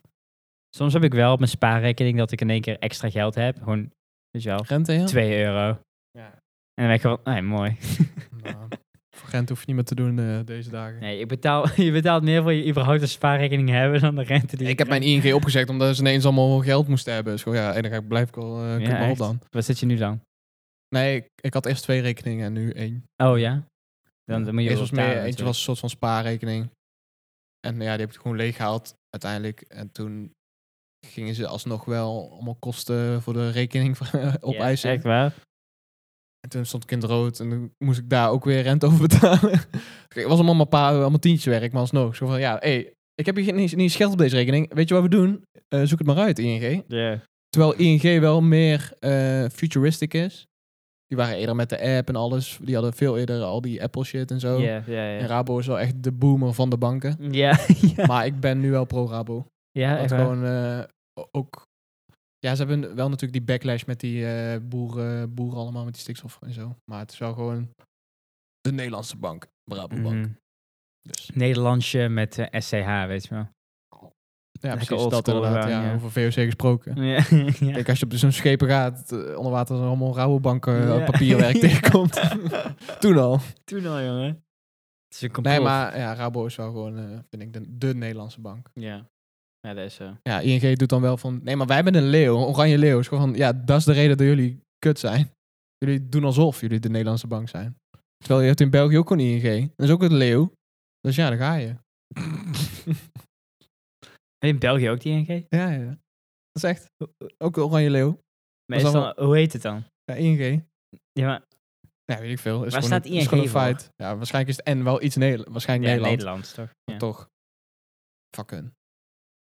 S2: Soms heb ik wel op mijn spaarrekening dat ik in één keer extra geld heb. Gewoon, weet je wel,
S1: Rente, ja?
S2: 2 euro.
S1: Ja.
S2: En dan ben ik gewoon, nee, mooi.
S1: Nou, voor rente hoef je niet meer te doen eh, deze dagen.
S2: Nee, je betaalt, je betaalt meer voor je überhaupt een spaarrekening hebben dan de rente die je
S1: Ik heb mijn
S2: krijgt.
S1: ING opgezegd omdat ze ineens allemaal geld moesten hebben. Dus gewoon, ja, en dan ga ik, blijf ik al, eh,
S2: Ja,
S1: kut me op
S2: echt.
S1: dan.
S2: Wat zit je nu dan?
S1: Nee, ik, ik had eerst twee rekeningen en nu één.
S2: Oh ja? Dan, dan moet je
S1: Eerst
S2: wel
S1: was
S2: betalen
S1: meer, eentje was
S2: natuurlijk.
S1: een soort van spaarrekening. En ja, die heb ik gewoon leeggehaald uiteindelijk. En toen gingen ze alsnog wel allemaal kosten voor de rekening van-
S2: Ja,
S1: opeisen.
S2: echt waar?
S1: en toen stond ik in het rood en toen moest ik daar ook weer rente over betalen. het was allemaal maar een paar, allemaal tientje werk, maar alsnog. Zo van, ja, hey, ik heb hier geen, niet eens geld op deze rekening. Weet je wat we doen? Eh, zoek het maar uit, ING.
S2: Ja.
S1: Terwijl ING wel meer eh, futuristic is. Die waren eerder met de app en alles. Die hadden veel eerder al die Apple shit en zo.
S2: Ja, ja,
S1: Oh. En
S2: ja.
S1: Rabo is wel echt de boomer van de banken.
S2: Ja, ja.
S1: Maar ik ben nu wel pro-Rabo.
S2: Ja,
S1: Want
S2: echt waar?
S1: gewoon eh, o- ook... Ja, ze hebben wel natuurlijk die backlash met die eh, boeren, boeren allemaal, met die stikstof en zo. Maar het is wel gewoon de Nederlandse bank, Rabobank.
S2: Mhm.
S1: Dus
S2: Nederlandsje met eh, SCH, weet je wel.
S1: ja, precies
S2: oldschool
S1: dat inderdaad.
S2: gewoon,
S1: ja,
S2: ja.
S1: Over VOC gesproken.
S2: Ja, ja.
S1: Kijk, als je op zo'n schepen gaat, eh, onder water is er allemaal Rabobank eh,
S2: Ja.
S1: papierwerk tegenkomt. Toen al.
S2: Toen al, jongen. Het is een complot.
S1: Nee, maar ja, Rabo is wel gewoon, eh, vind ik, de, de Nederlandse bank.
S2: Ja. Ja, dat is zo.
S1: Ja, ING doet dan wel van... Nee, maar wij hebben een leeuw, een oranje leeuw. Is gewoon van, ja, dat is de reden dat jullie kut zijn. Jullie doen alsof jullie de Nederlandse bank zijn. Terwijl je hebt in België ook een ING. Dat is ook een leeuw. Dus ja, daar ga je.
S2: In België ook die NG?
S1: Ja, ja. is echt. Ook Oranje Leeuw.
S2: Maar
S1: is
S2: is
S1: allemaal-
S2: dan, hoe heet het dan?
S1: Ja, ING.
S2: Ja, maar
S1: Ja, weet ik veel. Is
S2: Waar
S1: gewoon
S2: staat
S1: een, is gewoon
S2: ING
S1: een feit. Ja, waarschijnlijk is het N wel iets Nederlands. Waarschijnlijk
S2: ja,
S1: Nederland.
S2: Nederlands toch? Ja.
S1: Toch. Fuck hun.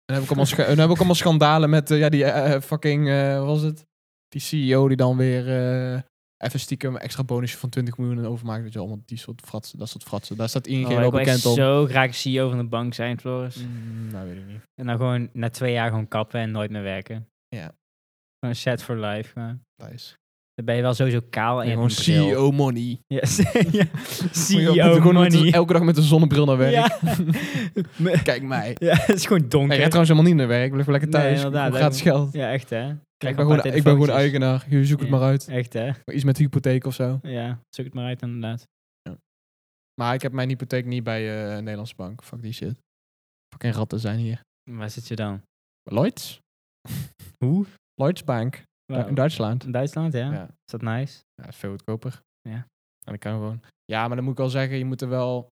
S1: En dan heb ik allemaal, scha- en dan heb ik allemaal schandalen met eh, ja, die eh, eh, fucking, eh, wat was het? Die CEO die dan weer eh, even stiekem een extra bonusje van 20 miljoen overmaakt. Weet je wel, allemaal die soort fratsen, dat soort fratsen. Daar staat ING
S2: Oh, ik
S1: wel
S2: wil echt
S1: bekend om.
S2: zo graag CEO van de bank zijn, Floris.
S1: Mm, nou, weet ik niet.
S2: En dan gewoon na twee jaar gewoon kappen en nooit meer werken.
S1: Ja.
S2: Gewoon set for life. Gewoon.
S1: Nice.
S2: Dan ben je wel E sowieso kaal en je
S1: Gewoon
S2: hebt een bril.
S1: CEO money.
S2: Yes. ja.
S1: Moet je
S2: CEO
S1: ook gewoon met-
S2: E money.
S1: elke dag met een zonnebril naar werk.
S2: Ja. Me-
S1: Kijk mij.
S2: ja, het is gewoon donker.
S1: Hey, jij gaat trouwens helemaal niet naar werk. Blijf wel lekker
S2: Nee,
S1: thuis.
S2: inderdaad,
S1: Voor gratis geld.
S2: ja, echt hè. Krijg
S1: Ik ben,
S2: een paar
S1: gewoon, ik ben gewoon
S2: telefoontjes.
S1: eigenaar. Jullie zoeken
S2: Ja.
S1: het maar uit.
S2: Echt hè.
S1: Iets met hypotheek of zo.
S2: Ja, zoek het maar uit inderdaad.
S1: Maar ik heb mijn hypotheek niet bij eh, een Nederlandse bank. Fuck die shit. Fucking ratten zijn hier.
S2: Waar zit je dan?
S1: Lloyds?
S2: Hoe?
S1: Lloyds Bank.
S2: Waar-
S1: In Duitsland.
S2: in Duitsland, ja?
S1: Ja.
S2: Is dat nice?
S1: Ja, dat is veel goedkoper.
S2: Ja.
S1: En ik kan gewoon... Ja, maar dan moet ik wel zeggen, je moet er wel...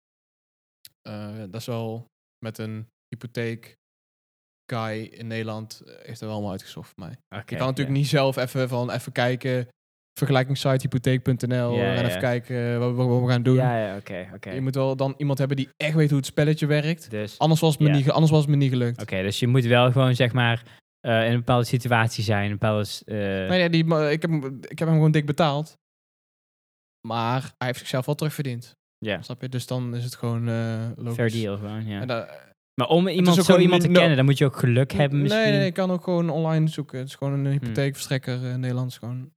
S1: eh, dat is wel met een hypotheek... Guy in Nederland eh, heeft er wel allemaal uitgezocht voor mij.
S2: Oké.
S1: Je kan natuurlijk niet zelf even van even kijken, vergelijkingssite hypotheek.nl
S2: Ja,
S1: en
S2: ja.
S1: even kijken eh, wat, we- wat we gaan doen.
S2: Ja, ja, oké, oké.
S1: Je moet wel dan iemand hebben die echt weet hoe het spelletje werkt.
S2: Dus, oké,
S1: Anders was het me,
S2: Ja.
S1: niet, ge- anders was het me niet gelukt.
S2: dus je moet wel gewoon zeg maar eh, in een bepaalde situatie zijn, een bepaalde... s- eh,
S1: Nee, nee, die, ma- ik, heb, hem- ik heb hem gewoon dik betaald. Maar hij heeft zichzelf wel terugverdiend.
S2: Ja.
S1: Snap je? Dus dan is het gewoon eh logisch.
S2: Fair deal gewoon, ja.
S1: En da-
S2: Maar om iemand,
S1: ook
S2: zo
S1: gewoon
S2: iemand te
S1: no-
S2: kennen, dan moet je ook geluk hebben
S1: nee,
S2: misschien.
S1: nee, nee, ik kan ook gewoon online zoeken. Het is gewoon een hypotheekverstrekker eh, Nederlands gewoon.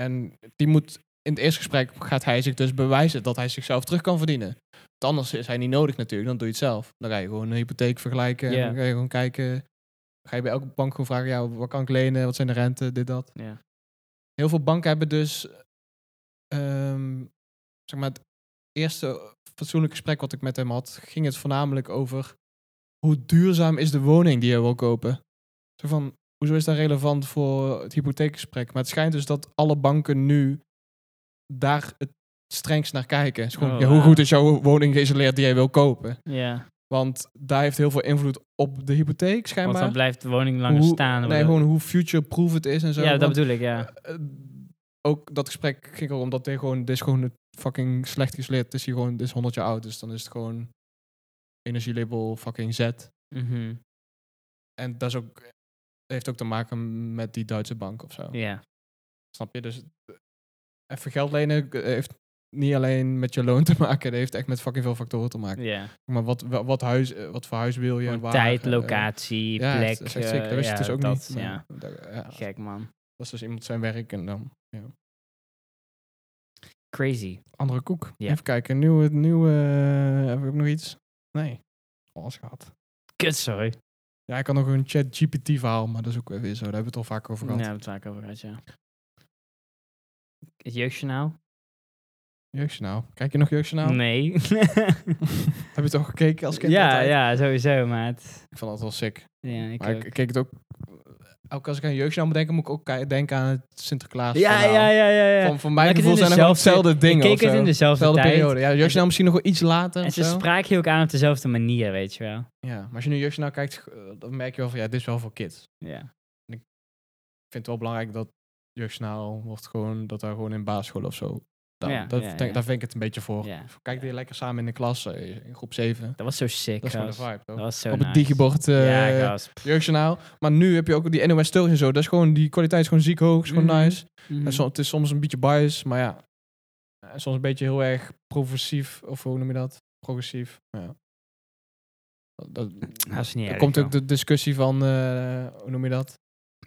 S1: En die moet in het eerste gesprek gaat hij zich dus bewijzen dat hij zichzelf terug kan verdienen. Want anders is hij niet nodig natuurlijk, dan doe je het zelf. Dan ga je gewoon een hypotheek vergelijken.
S2: Ja.
S1: En dan ga je gewoon kijken. Dan ga je bij elke bank gewoon vragen, ja, wat kan ik lenen? Wat zijn de rente? Dit, dat.
S2: Ja.
S1: heel veel banken hebben dus ehm, zeg maar het eerste fatsoenlijk gesprek wat ik met hem had, ging het voornamelijk over hoe duurzaam is de woning die je wil kopen. Zo van, hoezo is dat relevant voor het hypotheekgesprek? Maar het schijnt dus dat alle banken nu daar het strengst naar kijken. Het is gewoon,
S2: Oh,
S1: ja, hoe
S2: wauw.
S1: goed is jouw woning geïsoleerd die jij wil kopen?
S2: Ja,
S1: Want daar heeft heel veel invloed op de hypotheek schijnbaar.
S2: want dan blijft de woning langer
S1: Hoe-
S2: staan.
S1: Nee,
S2: waardoor-
S1: gewoon hoe future-proof het is en zo.
S2: ja,
S1: Want-
S2: dat bedoel ik, ja.
S1: eh, ook dat gesprek ging erom dat hij gewoon, dit is gewoon fucking slecht gesleerd. Het is hier gewoon, dit is 100 jaar oud, dus dan is het gewoon energielabel fucking Z.
S2: Mhm.
S1: En dat is ook, heeft ook te maken met die Duitse bank of zo.
S2: Ja,
S1: Snap je? Dus eh, even geld lenen eh, heeft niet alleen met je loon te maken, dat heeft echt met fucking veel factoren te maken.
S2: ja.
S1: Maar wat, wa- wat, huis, eh, wat voor huis wil je?
S2: Gewoon
S1: waar,
S2: tijd,
S1: eh,
S2: locatie,
S1: ja,
S2: plek.
S1: Dat is echt sick.
S2: eh,
S1: Dat wist
S2: ja,
S1: ik dus ook
S2: dat,
S1: niet. maar
S2: Ja.
S1: dat- ja,
S2: Gek man.
S1: dat is dus iemand zijn werk en dan
S2: Crazy.
S1: andere koek.
S2: Ja.
S1: Even kijken, nieuwe, nieuwe, eh, heb ik nog iets? Nee, alles gehad.
S2: Kut, sorry.
S1: Ja, ik kan nog een chat GPT verhaal, maar dat is ook weer zo. Daar hebben we het al vaak over
S2: Ja,
S1: gehad.
S2: we hebben het vaak over gehad, ja. Het jeugdjournaal?
S1: Jeugdjournaal. Kijk je nog Jeugdjournaal?
S2: Nee.
S1: Heb je het al gekeken als kind?
S2: Mm. ja,
S1: altijd?
S2: ja, sowieso, maat.
S1: Ik vond dat wel sick.
S2: Ja, ik eh,
S1: maar
S2: ook.
S1: ik, ik keek het ook... Ook als ik aan Jeugdjournaal moet denken, moet ik ook ki- denken aan het Sinterklaas
S2: ja,
S1: verhaal.
S2: ja, ja, ja, ja.
S1: Van, voor mijn
S2: Lekker in
S1: gevoel zijn dat gewoon
S2: dezelfde-
S1: hetzelfde
S2: ik
S1: dingen
S2: keek
S1: of
S2: het
S1: zo.
S2: in dezelfde,
S1: Hetzelfde
S2: tijd.
S1: periode. Ja, Jeugdjournaal misschien nog wel iets later
S2: En
S1: of
S2: ze
S1: zo.
S2: spraken je ook aan op dezelfde manier, weet je wel.
S1: Ja, maar als je nu Jeugdjournaal kijkt, eh, dan merk je wel van, ja, dit is wel voor kids.
S2: Ja.
S1: ik vind het wel belangrijk dat jeugdsnaal wordt gewoon dat daar gewoon in basisschool of zo. Daar,
S2: Ja,
S1: dat,
S2: ja,
S1: denk-
S2: ja.
S1: daar vind ik het een beetje voor.
S2: ja.
S1: Kijk die lekker samen in de klas eh, in groep 7.
S2: Dat was zo sick,
S1: dat is gewoon de
S2: gast.
S1: vibe. Toch?
S2: Dat was zo
S1: Op het
S2: nice.
S1: digibord eh
S2: ja, gast.
S1: jeugdjournaal. Maar nu heb je ook die NOS Stories en zo. Dat is gewoon, die kwaliteit is gewoon ziek hoog. is gewoon
S2: Mhm.
S1: nice.
S2: Mhm.
S1: En som- het is soms een beetje bias, maar ja. En soms een beetje heel erg progressief. Of hoe noem je dat? Progressief. Ja. Dat, dat,
S2: Dat is niet
S1: er
S2: erg,
S1: komt ook
S2: joh.
S1: de discussie van, eh, hoe noem je dat?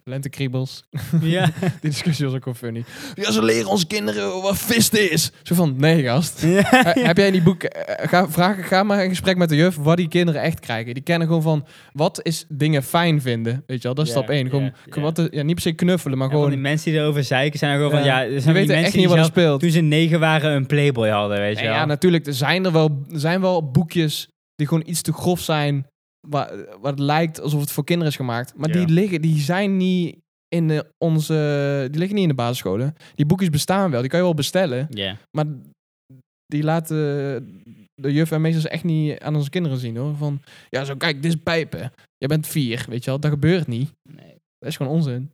S1: Lentekriebels.
S2: Ja.
S1: Die discussie was ook wel funny. Ja, ze leren onze kinderen wat vist is. Zo van, nee gast.
S2: ja,
S1: Eh, Heb jij in die boek, eh, ga, vraag, ga maar in gesprek met de juf wat die kinderen echt krijgen. Die kennen gewoon van, wat is dingen fijn vinden? Weet je wel, dat is
S2: Ja,
S1: stap één. Gewoon,
S2: ja, ja.
S1: Wat, de- ja, niet per se knuffelen, maar
S2: En van
S1: gewoon,
S2: die mensen die erover zeiken zijn gewoon
S1: Ja.
S2: van, ja, er
S1: je
S2: zijn
S1: weet
S2: die mensen
S1: echt niet
S2: die
S1: wat er
S2: zelf,
S1: speelt.
S2: toen ze negen waren een Playboy hadden, weet je
S1: En
S2: wel.
S1: ja, natuurlijk, er zijn er wel, er zijn wel boekjes die gewoon iets te grof zijn, waar, waar het lijkt alsof het voor kinderen is gemaakt. Maar
S2: Ja.
S1: die, liggen, die zijn niet in de, onze, die liggen niet in de basisscholen. Die boekjes bestaan wel, die kan je wel bestellen.
S2: Ja.
S1: Maar die laten de juf en meesters echt niet aan onze kinderen zien hoor. Van ja, zo kijk, dit is pijpen. Jij bent vier, weet je wel, dat gebeurt niet.
S2: Nee.
S1: Dat is gewoon onzin.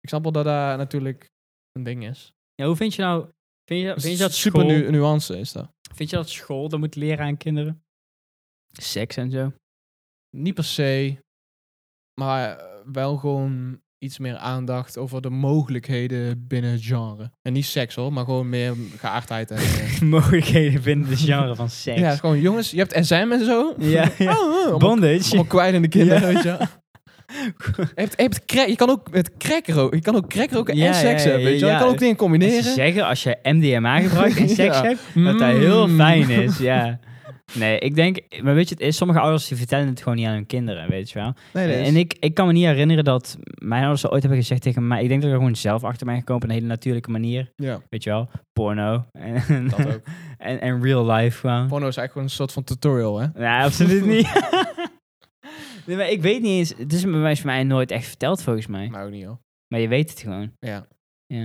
S1: Ik snap wel dat daar natuurlijk een ding is.
S2: Ja, hoe vind je nou... Vind je, vind je dat
S1: super
S2: school,
S1: nu, nuance is dat?
S2: Vind je dat school dat moet leren aan kinderen? Seks en zo.
S1: Niet per se, maar eh, wel gewoon iets meer aandacht over de mogelijkheden binnen het genre. En niet seks hoor, maar gewoon meer geaardheid. En, eh,
S2: Mogelijkheden binnen het genre van seks.
S1: ja, gewoon jongens, je hebt SM en zo.
S2: ja, ja.
S1: Oh, oh, allemaal-
S2: Bondage.
S1: allemaal kwijlende kinderen,
S2: Ja.
S1: weet je wel. Je, hebt, je, hebt crack- je kan ook met crack roken. Je kan ook crack roken
S2: Ja,
S1: en seks
S2: ja, ja,
S1: hebben. Weet je, wel. je
S2: ja.
S1: kan ook dingen
S2: Ze
S1: combineren.
S2: zeggen als je MDMA gebruikt en seks
S1: Ja.
S2: hebt, dat dat heel
S1: Mm.
S2: fijn is. Ja. Nee, ik denk... Maar weet je, het is, sommige ouders die vertellen het gewoon niet aan hun kinderen, weet je wel.
S1: Nee, dat is-
S2: En ik, ik kan me niet herinneren dat mijn ouders dat ooit hebben gezegd tegen mij. Ik denk dat ik er gewoon zelf achter ben gekomen op een hele natuurlijke manier.
S1: ja,
S2: Weet je wel, porno. En,
S1: dat ook.
S2: en, en real life gewoon.
S1: Porno is eigenlijk gewoon een soort van tutorial, hè?
S2: Nee, absoluut niet. nee, maar ik weet niet eens. Het is bij mij- is mij nooit echt verteld volgens mij.
S1: Maar ook niet, hoor.
S2: Maar je weet het gewoon.
S1: Ja.
S2: ja.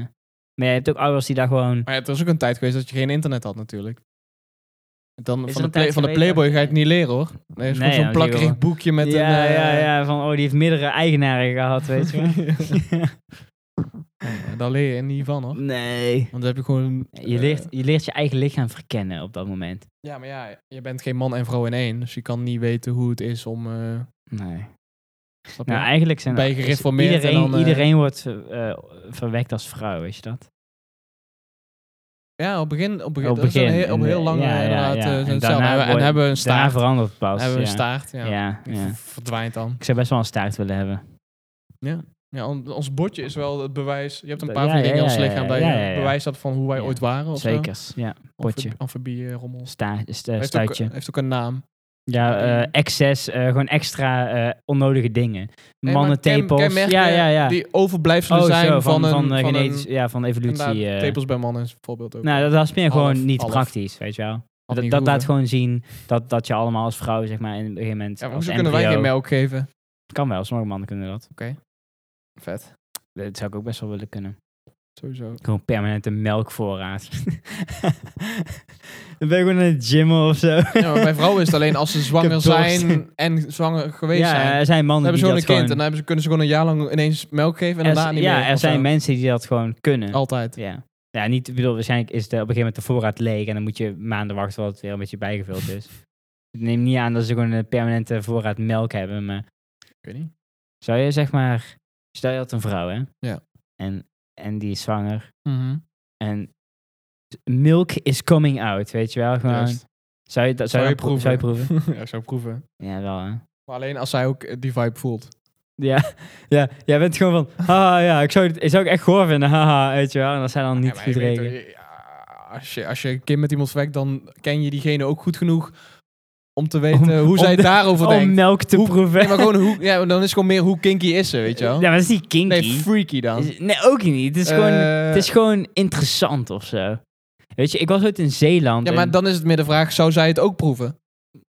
S2: Maar je hebt ook ouders die daar gewoon...
S1: Maar ja, er is ook een tijd geweest dat je geen internet had, natuurlijk. Dan,
S2: Is
S1: van
S2: er
S1: de,
S2: een tijd
S1: play- van de
S2: geweest
S1: Playboy
S2: dat-
S1: ga je het niet leren, hoor. Nee, het is gewoon zo'n
S2: Nee, ja, natuurlijk
S1: plakkerig
S2: wel.
S1: boekje met
S2: ja,
S1: een... eh,
S2: ja, ja. Van, oh, die heeft meerdere eigenaren gehad, weet je wel.
S1: ja, Daar leer je niet van, hoor.
S2: nee.
S1: Want dan heb je gewoon...
S2: Je
S1: eh,
S2: leert, je leert je eigen lichaam verkennen op dat moment.
S1: ja, maar ja, je bent geen man en vrouw in één. Dus je kan niet weten hoe het is om... eh,
S2: Nee.
S1: snap je?
S2: Nou, eigenlijk zijn
S1: Ben je
S2: is
S1: gereformeerd en
S2: Iedereen,
S1: dan, eh,
S2: iedereen wordt eh, eh, verwekt als vrouw, weet je dat?
S1: Ja, op begin, op begin,
S2: Op
S1: dat is een
S2: begin.
S1: heel, op heel
S2: En,
S1: lang
S2: ja,
S1: eh,
S2: ja,
S1: inderdaad.
S2: ja.
S1: eh,
S2: En
S1: zijn hetzelfde.
S2: daarna
S1: En hebben- en
S2: word-
S1: hebben we een
S2: Daarna
S1: staart.
S2: verandert het pas.
S1: hebben we
S2: ja.
S1: een staart, ja.
S2: Ja,
S1: Die
S2: ja.
S1: v- verdwijnt dan.
S2: Ik zou best wel een staart willen hebben.
S1: Ja, on- ons bordje is wel het bewijs. Je hebt een
S2: Ja,
S1: paar van die
S2: ja,
S1: dingen in
S2: ja,
S1: ons
S2: ja,
S1: lichaam
S2: ja,
S1: dat je
S2: ja, ja, ja.
S1: bewijs hebt van hoe wij
S2: Ja,
S1: ooit waren. Of zo.
S2: Zeker. Ja,
S1: Amfi-
S2: potje.
S1: Amfibie eh, rommel.
S2: sta, st- eh,
S1: Heeft ook,
S2: stuitje.
S1: heeft ook een naam.
S2: Ja, eh, excess. eh, gewoon extra eh, onnodige dingen.
S1: Nee, maar
S2: Mannen,
S1: ken-
S2: tepels.
S1: kenmerken
S2: Ja, ja, ja.
S1: Die overblijfselen
S2: Oh,
S1: zijn
S2: zo,
S1: van,
S2: van,
S1: een...
S2: van, eh,
S1: van een-
S2: genetisch- ja, van evolutie.
S1: inderdaad,
S2: eh.
S1: tepels bij mannen is bijvoorbeeld ook.
S2: nou, dat, dat is meer
S1: Half,
S2: gewoon niet
S1: half.
S2: praktisch, weet je wel.
S1: had
S2: Dat,
S1: niet
S2: dat laat
S1: hoeven.
S2: gewoon zien dat, dat je allemaal als vrouw, zeg maar, in een gegeven moment.
S1: Ja, maar
S2: als
S1: hoezo kunnen wij
S2: embryo-
S1: geen melk geven?
S2: Kan wel, sommige mannen kunnen dat.
S1: Vet,
S2: Dat zou ik ook best wel willen kunnen.
S1: sowieso.
S2: Gewoon permanente melkvoorraad. Dan ben ik gewoon in de gym of zo.
S1: Ja, maar bij vrouwen is het alleen als ze zwanger
S2: Ik heb dorst.
S1: zijn en zwanger geweest zijn.
S2: ja, er zijn
S1: Dan
S2: mannen
S1: hebben
S2: die
S1: ze gewoon een
S2: dat
S1: kind
S2: gewoon...
S1: en dan hebben ze, kunnen ze gewoon een jaar lang ineens melk geven en
S2: Er-
S1: daarna niet
S2: ja,
S1: meer.
S2: er
S1: of
S2: zijn
S1: zo.
S2: mensen die dat gewoon kunnen.
S1: Altijd.
S2: Ja. ja, niet, ik bedoel, waarschijnlijk is de, op een gegeven moment de voorraad leeg en dan moet je maanden wachten tot het weer een beetje bijgevuld is. Ik neem niet aan dat ze gewoon een permanente voorraad melk hebben, maar
S1: Ik weet niet.
S2: zou je zeg maar... Stel je had een vrouw, hè?
S1: Ja.
S2: En, en die is zwanger
S1: Mhm.
S2: en milk is coming out, weet je wel? Gewoon,
S1: Juist.
S2: zou, je, dat- zou, je dat pro- zou je proeven?
S1: ja, ik zou proeven.
S2: Ja, wel hè.
S1: Maar alleen als zij ook eh, die vibe voelt.
S2: Ja, ja, jij bent gewoon van, haha, ja, ik zou, het- ik zou het echt goor vinden, haha, weet je wel. En dat zijn dan niet
S1: Ja, maar je
S2: goed
S1: weet
S2: rekenen.
S1: toch, ja, als, je, als je een kind met iemand verwekt, dan ken je diegene ook goed genoeg om te weten hoe
S2: om
S1: zij
S2: de-
S1: daarover
S2: Om
S1: denkt.
S2: melk te
S1: Hoe-
S2: proeven.
S1: Nee, maar gewoon hoe, ja, dan is gewoon meer hoe kinky is ze, weet je wel?
S2: Ja, maar dat is niet kinky.
S1: nee, freaky dan.
S2: Is- nee, ook niet. Het is, gewoon,
S1: Eh,
S2: het is gewoon interessant of zo. Weet je, ik was ooit in Zeeland.
S1: ja, maar
S2: en-
S1: dan is het meer de vraag, zou zij het ook proeven?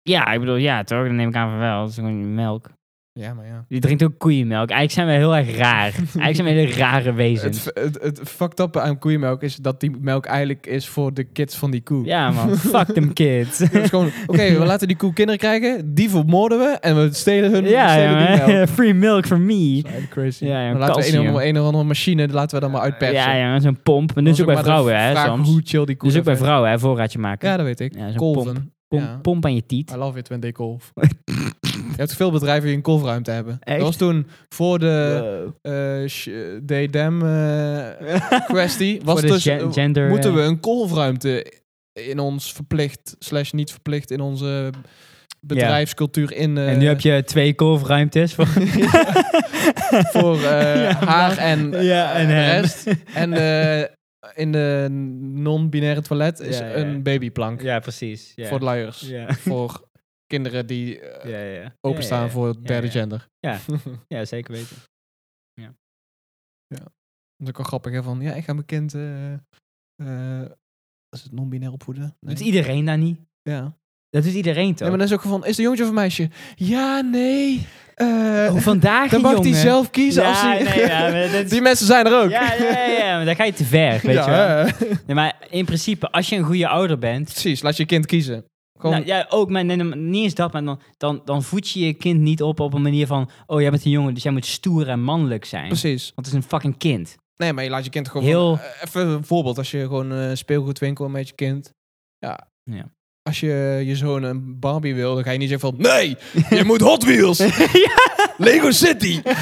S2: ja, ik bedoel, ja, toch? Dan neem ik aan van wel. Het is gewoon melk.
S1: Ja, maar ja.
S2: Die drinkt ook koeienmelk. Eigenlijk zijn we heel erg raar. Eigenlijk zijn we hele rare
S1: Het,
S2: wezens.
S1: f- het, het fucked up aan koeienmelk is dat die melk eigenlijk is voor de kids van die koe.
S2: Ja, man. Fuck them kids.
S1: Dat is gewoon, oké, we laten die koe kinderen krijgen, die vermoorden we en we stelen hun we
S2: ja,
S1: stelen die
S2: ja,
S1: melk.
S2: Free milk for me.
S1: Dat is eigenlijk crazy.
S2: Ja, ja,
S1: Dan laten we een,
S2: calcium.
S1: of- een of andere machine, die laten we dan maar uitpersen.
S2: Ja, ja, met zo'n pomp. Maar
S1: Dan
S2: nu is ook bij
S1: maar de
S2: vrouwen, hè,
S1: vraag
S2: soms.
S1: hoe chill die koe
S2: Dus ook bij
S1: dat
S2: vrouwen, hè, voorraadje maken.
S1: vindt. Ja, dat weet ik.
S2: Ja, zo'n
S1: Kolven.
S2: Pomp,
S1: ja.
S2: pomp aan je tiet.
S1: I love it when they kolf. je hebt veel bedrijven die een kolfruimte hebben.
S2: Echt?
S1: Dat was toen voor de
S2: Wow.
S1: eh sh- they them eh, kwestie. Was
S2: Voor de
S1: dus,
S2: gen-
S1: eh,
S2: gender...
S1: moeten
S2: eh,
S1: we een kolfruimte in ons verplicht, slash niet verplicht, in onze bedrijfscultuur in... eh,
S2: En nu heb je twee kolfruimtes voor,
S1: voor eh,
S2: Ja,
S1: haar en, eh,
S2: ja, en
S1: de
S2: hem.
S1: rest. En eh, in de non-binaire toilet is
S2: Ja, ja.
S1: een babyplank
S2: Ja, precies. Ja.
S1: voor de luiers.
S2: ja.
S1: Voor kinderen die eh,
S2: Ja, ja.
S1: openstaan
S2: Ja, ja,
S1: voor het
S2: Ja,
S1: derde
S2: ja.
S1: gender.
S2: Ja.
S1: dat
S2: Ja, zeker weten.
S1: is ook wel grappig, hè? Van, ja, ik ga mijn kind... eh, eh, is het non-binair opvoeden? Nee.
S2: Doet iedereen dat niet?
S1: Ja.
S2: Dat doet iedereen
S1: ja,
S2: toch?
S1: maar dan is ook van, is de jongetje of een meisje? Ja, nee. eh,
S2: Oh, vandaag
S1: dan
S2: een
S1: mag
S2: jongen.
S1: hij zelf kiezen.
S2: ja,
S1: als hij...
S2: nee, ja, maar dat is-
S1: Die mensen zijn er ook.
S2: ja, ja, ja, ja, maar dan ga je te ver, weet
S1: Ja,
S2: je wel.
S1: hè.
S2: Nee, maar in principe, als je een goede ouder bent...
S1: Precies, laat je kind kiezen. Gewoon,
S2: Nou, ja, ook, maar nee, nee, maar niet eens dat, maar dan, dan, dan voed je je kind niet op op een manier van... Oh, jij bent een jongen, dus jij moet stoer en mannelijk zijn.
S1: precies.
S2: Want het is een fucking kind.
S1: Nee, maar je laat je kind gewoon...
S2: Heel-
S1: eh, even een voorbeeld. Als je gewoon eh, speelgoedwinkel met je kind... Ja.
S2: Ja.
S1: Als je je zoon een Barbie wil, dan ga je niet zeggen van... Nee, je moet Hot Wheels! Lego City! dan,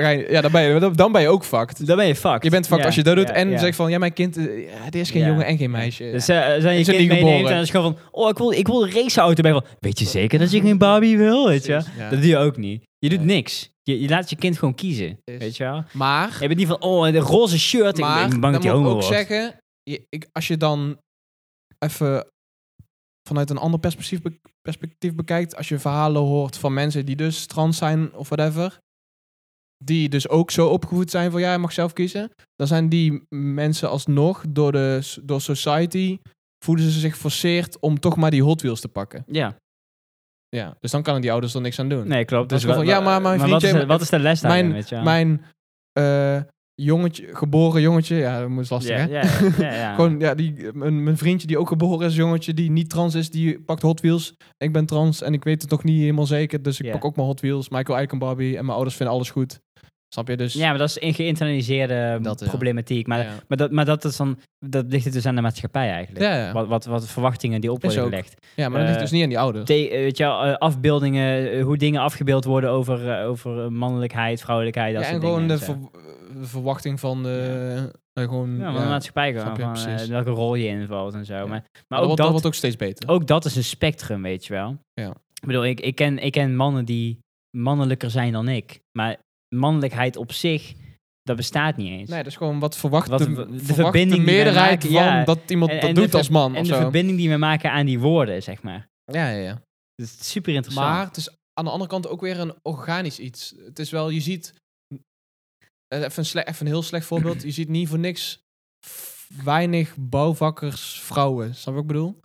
S1: ga je- ja, dan, ben je, dan ben je ook fucked.
S2: Dan ben je fucked.
S1: Je bent fucked
S2: Ja,
S1: als je dat doet
S2: ja,
S1: en
S2: ja.
S1: zegt van... Ja, mijn kind, eh, ja, dit is geen
S2: Ja.
S1: jongen en geen meisje.
S2: Dus eh, als zijn je
S1: Is het niet
S2: kind meeneemt
S1: geboren?
S2: en dan is het gewoon van... Oh, ik wil, ik wil een raceauto. Ben je van, weet je zeker dat je geen Barbie wil? Weet je? wel?
S1: Precies, ja.
S2: Dat doe je ook niet. Je doet
S1: Nee.
S2: niks. Je, je laat je kind gewoon kiezen.
S1: Is-
S2: Weet je wel?
S1: Maar...
S2: Je bent niet van, oh, de roze shirt.
S1: maar
S2: ik ben bang dat je
S1: dan moet
S2: homo
S1: ik ook
S2: wordt.
S1: zeggen, je- ik, als je dan even vanuit een ander perspectief, be- perspectief bekijkt, als je verhalen hoort van mensen die dus trans zijn of whatever, die dus ook zo opgevoed zijn van ja, je mag zelf kiezen, dan zijn die mensen alsnog door, de, s- door society, voelen ze zich forceerd om toch maar die Hot Wheels te pakken.
S2: Ja,
S1: Ja, dus dan kan die ouders er niks aan doen.
S2: nee, klopt.
S1: Dat
S2: Dus
S1: is gewoon
S2: wa-
S1: van, ja,
S2: wa-
S1: maar mijn
S2: wat, is
S1: vriendje-
S2: de, wat is de les daarin,
S1: mijn-
S2: weet je wel?
S1: Mijn eh, jongetje, geboren jongetje, ja, dat is lastig
S2: ja,
S1: hè?
S2: ja, ja, ja, ja.
S1: Gewoon, ja, die, mijn, mijn vriendje die ook geboren is, jongetje, die niet trans is, die pakt Hot Wheels. Ik ben trans en ik weet het nog niet helemaal zeker, dus ik
S2: Ja.
S1: pak ook mijn Hot Wheels. Maar ik wil eigenlijk een Barbie en mijn ouders vinden alles goed. Snap je? Dus,
S2: Ja, maar dat is een geïnternaliseerde
S1: Dat, ja.
S2: problematiek. Maar,
S1: ja.
S2: maar, dat, maar dat, is dan, dat ligt het dus aan de maatschappij eigenlijk.
S1: Ja, ja.
S2: Wat, wat, wat verwachtingen die op
S1: Is
S2: worden
S1: ook.
S2: gelegd.
S1: Ja, maar dat ligt
S2: Eh,
S1: dus niet aan die ouders.
S2: Te- eh, weet je wel, eh, afbeeldingen, eh, hoe dingen afgebeeld worden over, eh, over eh, mannelijkheid, vrouwelijkheid, dat
S1: Ja, en
S2: soort
S1: gewoon
S2: dingen.
S1: de
S2: en zo.
S1: ver- eh, verwachting van de... eh, gewoon,
S2: ja,
S1: ja,
S2: van de maatschappij gewoon,
S1: snap je,
S2: van eh,
S1: precies.
S2: welke rol je invalt en zo. Maar, maar
S1: dat,
S2: ook,
S1: wordt, dat
S2: dat,
S1: wordt ook steeds beter.
S2: ook dat is een spectrum, weet je wel.
S1: Ja.
S2: Ik bedoel, ik, ik, ken, ik ken mannen die mannelijker zijn dan ik. Maar mannelijkheid op zich, dat bestaat niet eens.
S1: Nee, dat is gewoon wat verwacht
S2: Wat
S1: de,
S2: de- de
S1: verwacht
S2: verbinding
S1: de
S2: die wij
S1: meerderheid
S2: maken,
S1: van
S2: ja.
S1: dat iemand
S2: En-
S1: dat
S2: en de
S1: doet als
S2: ver-
S1: man
S2: en
S1: of
S2: de
S1: zo.
S2: verbinding die we maken aan die woorden, zeg maar.
S1: Ja, ja, ja.
S2: Dat is super interessant.
S1: Maar het is aan de andere kant ook weer een organisch iets. Het is wel, je ziet, eh, even een, sle- even een heel slecht voorbeeld, je ziet niet voor niks f- weinig bouwvakkers vrouwen. Snap je wat ik bedoel?
S2: 100%.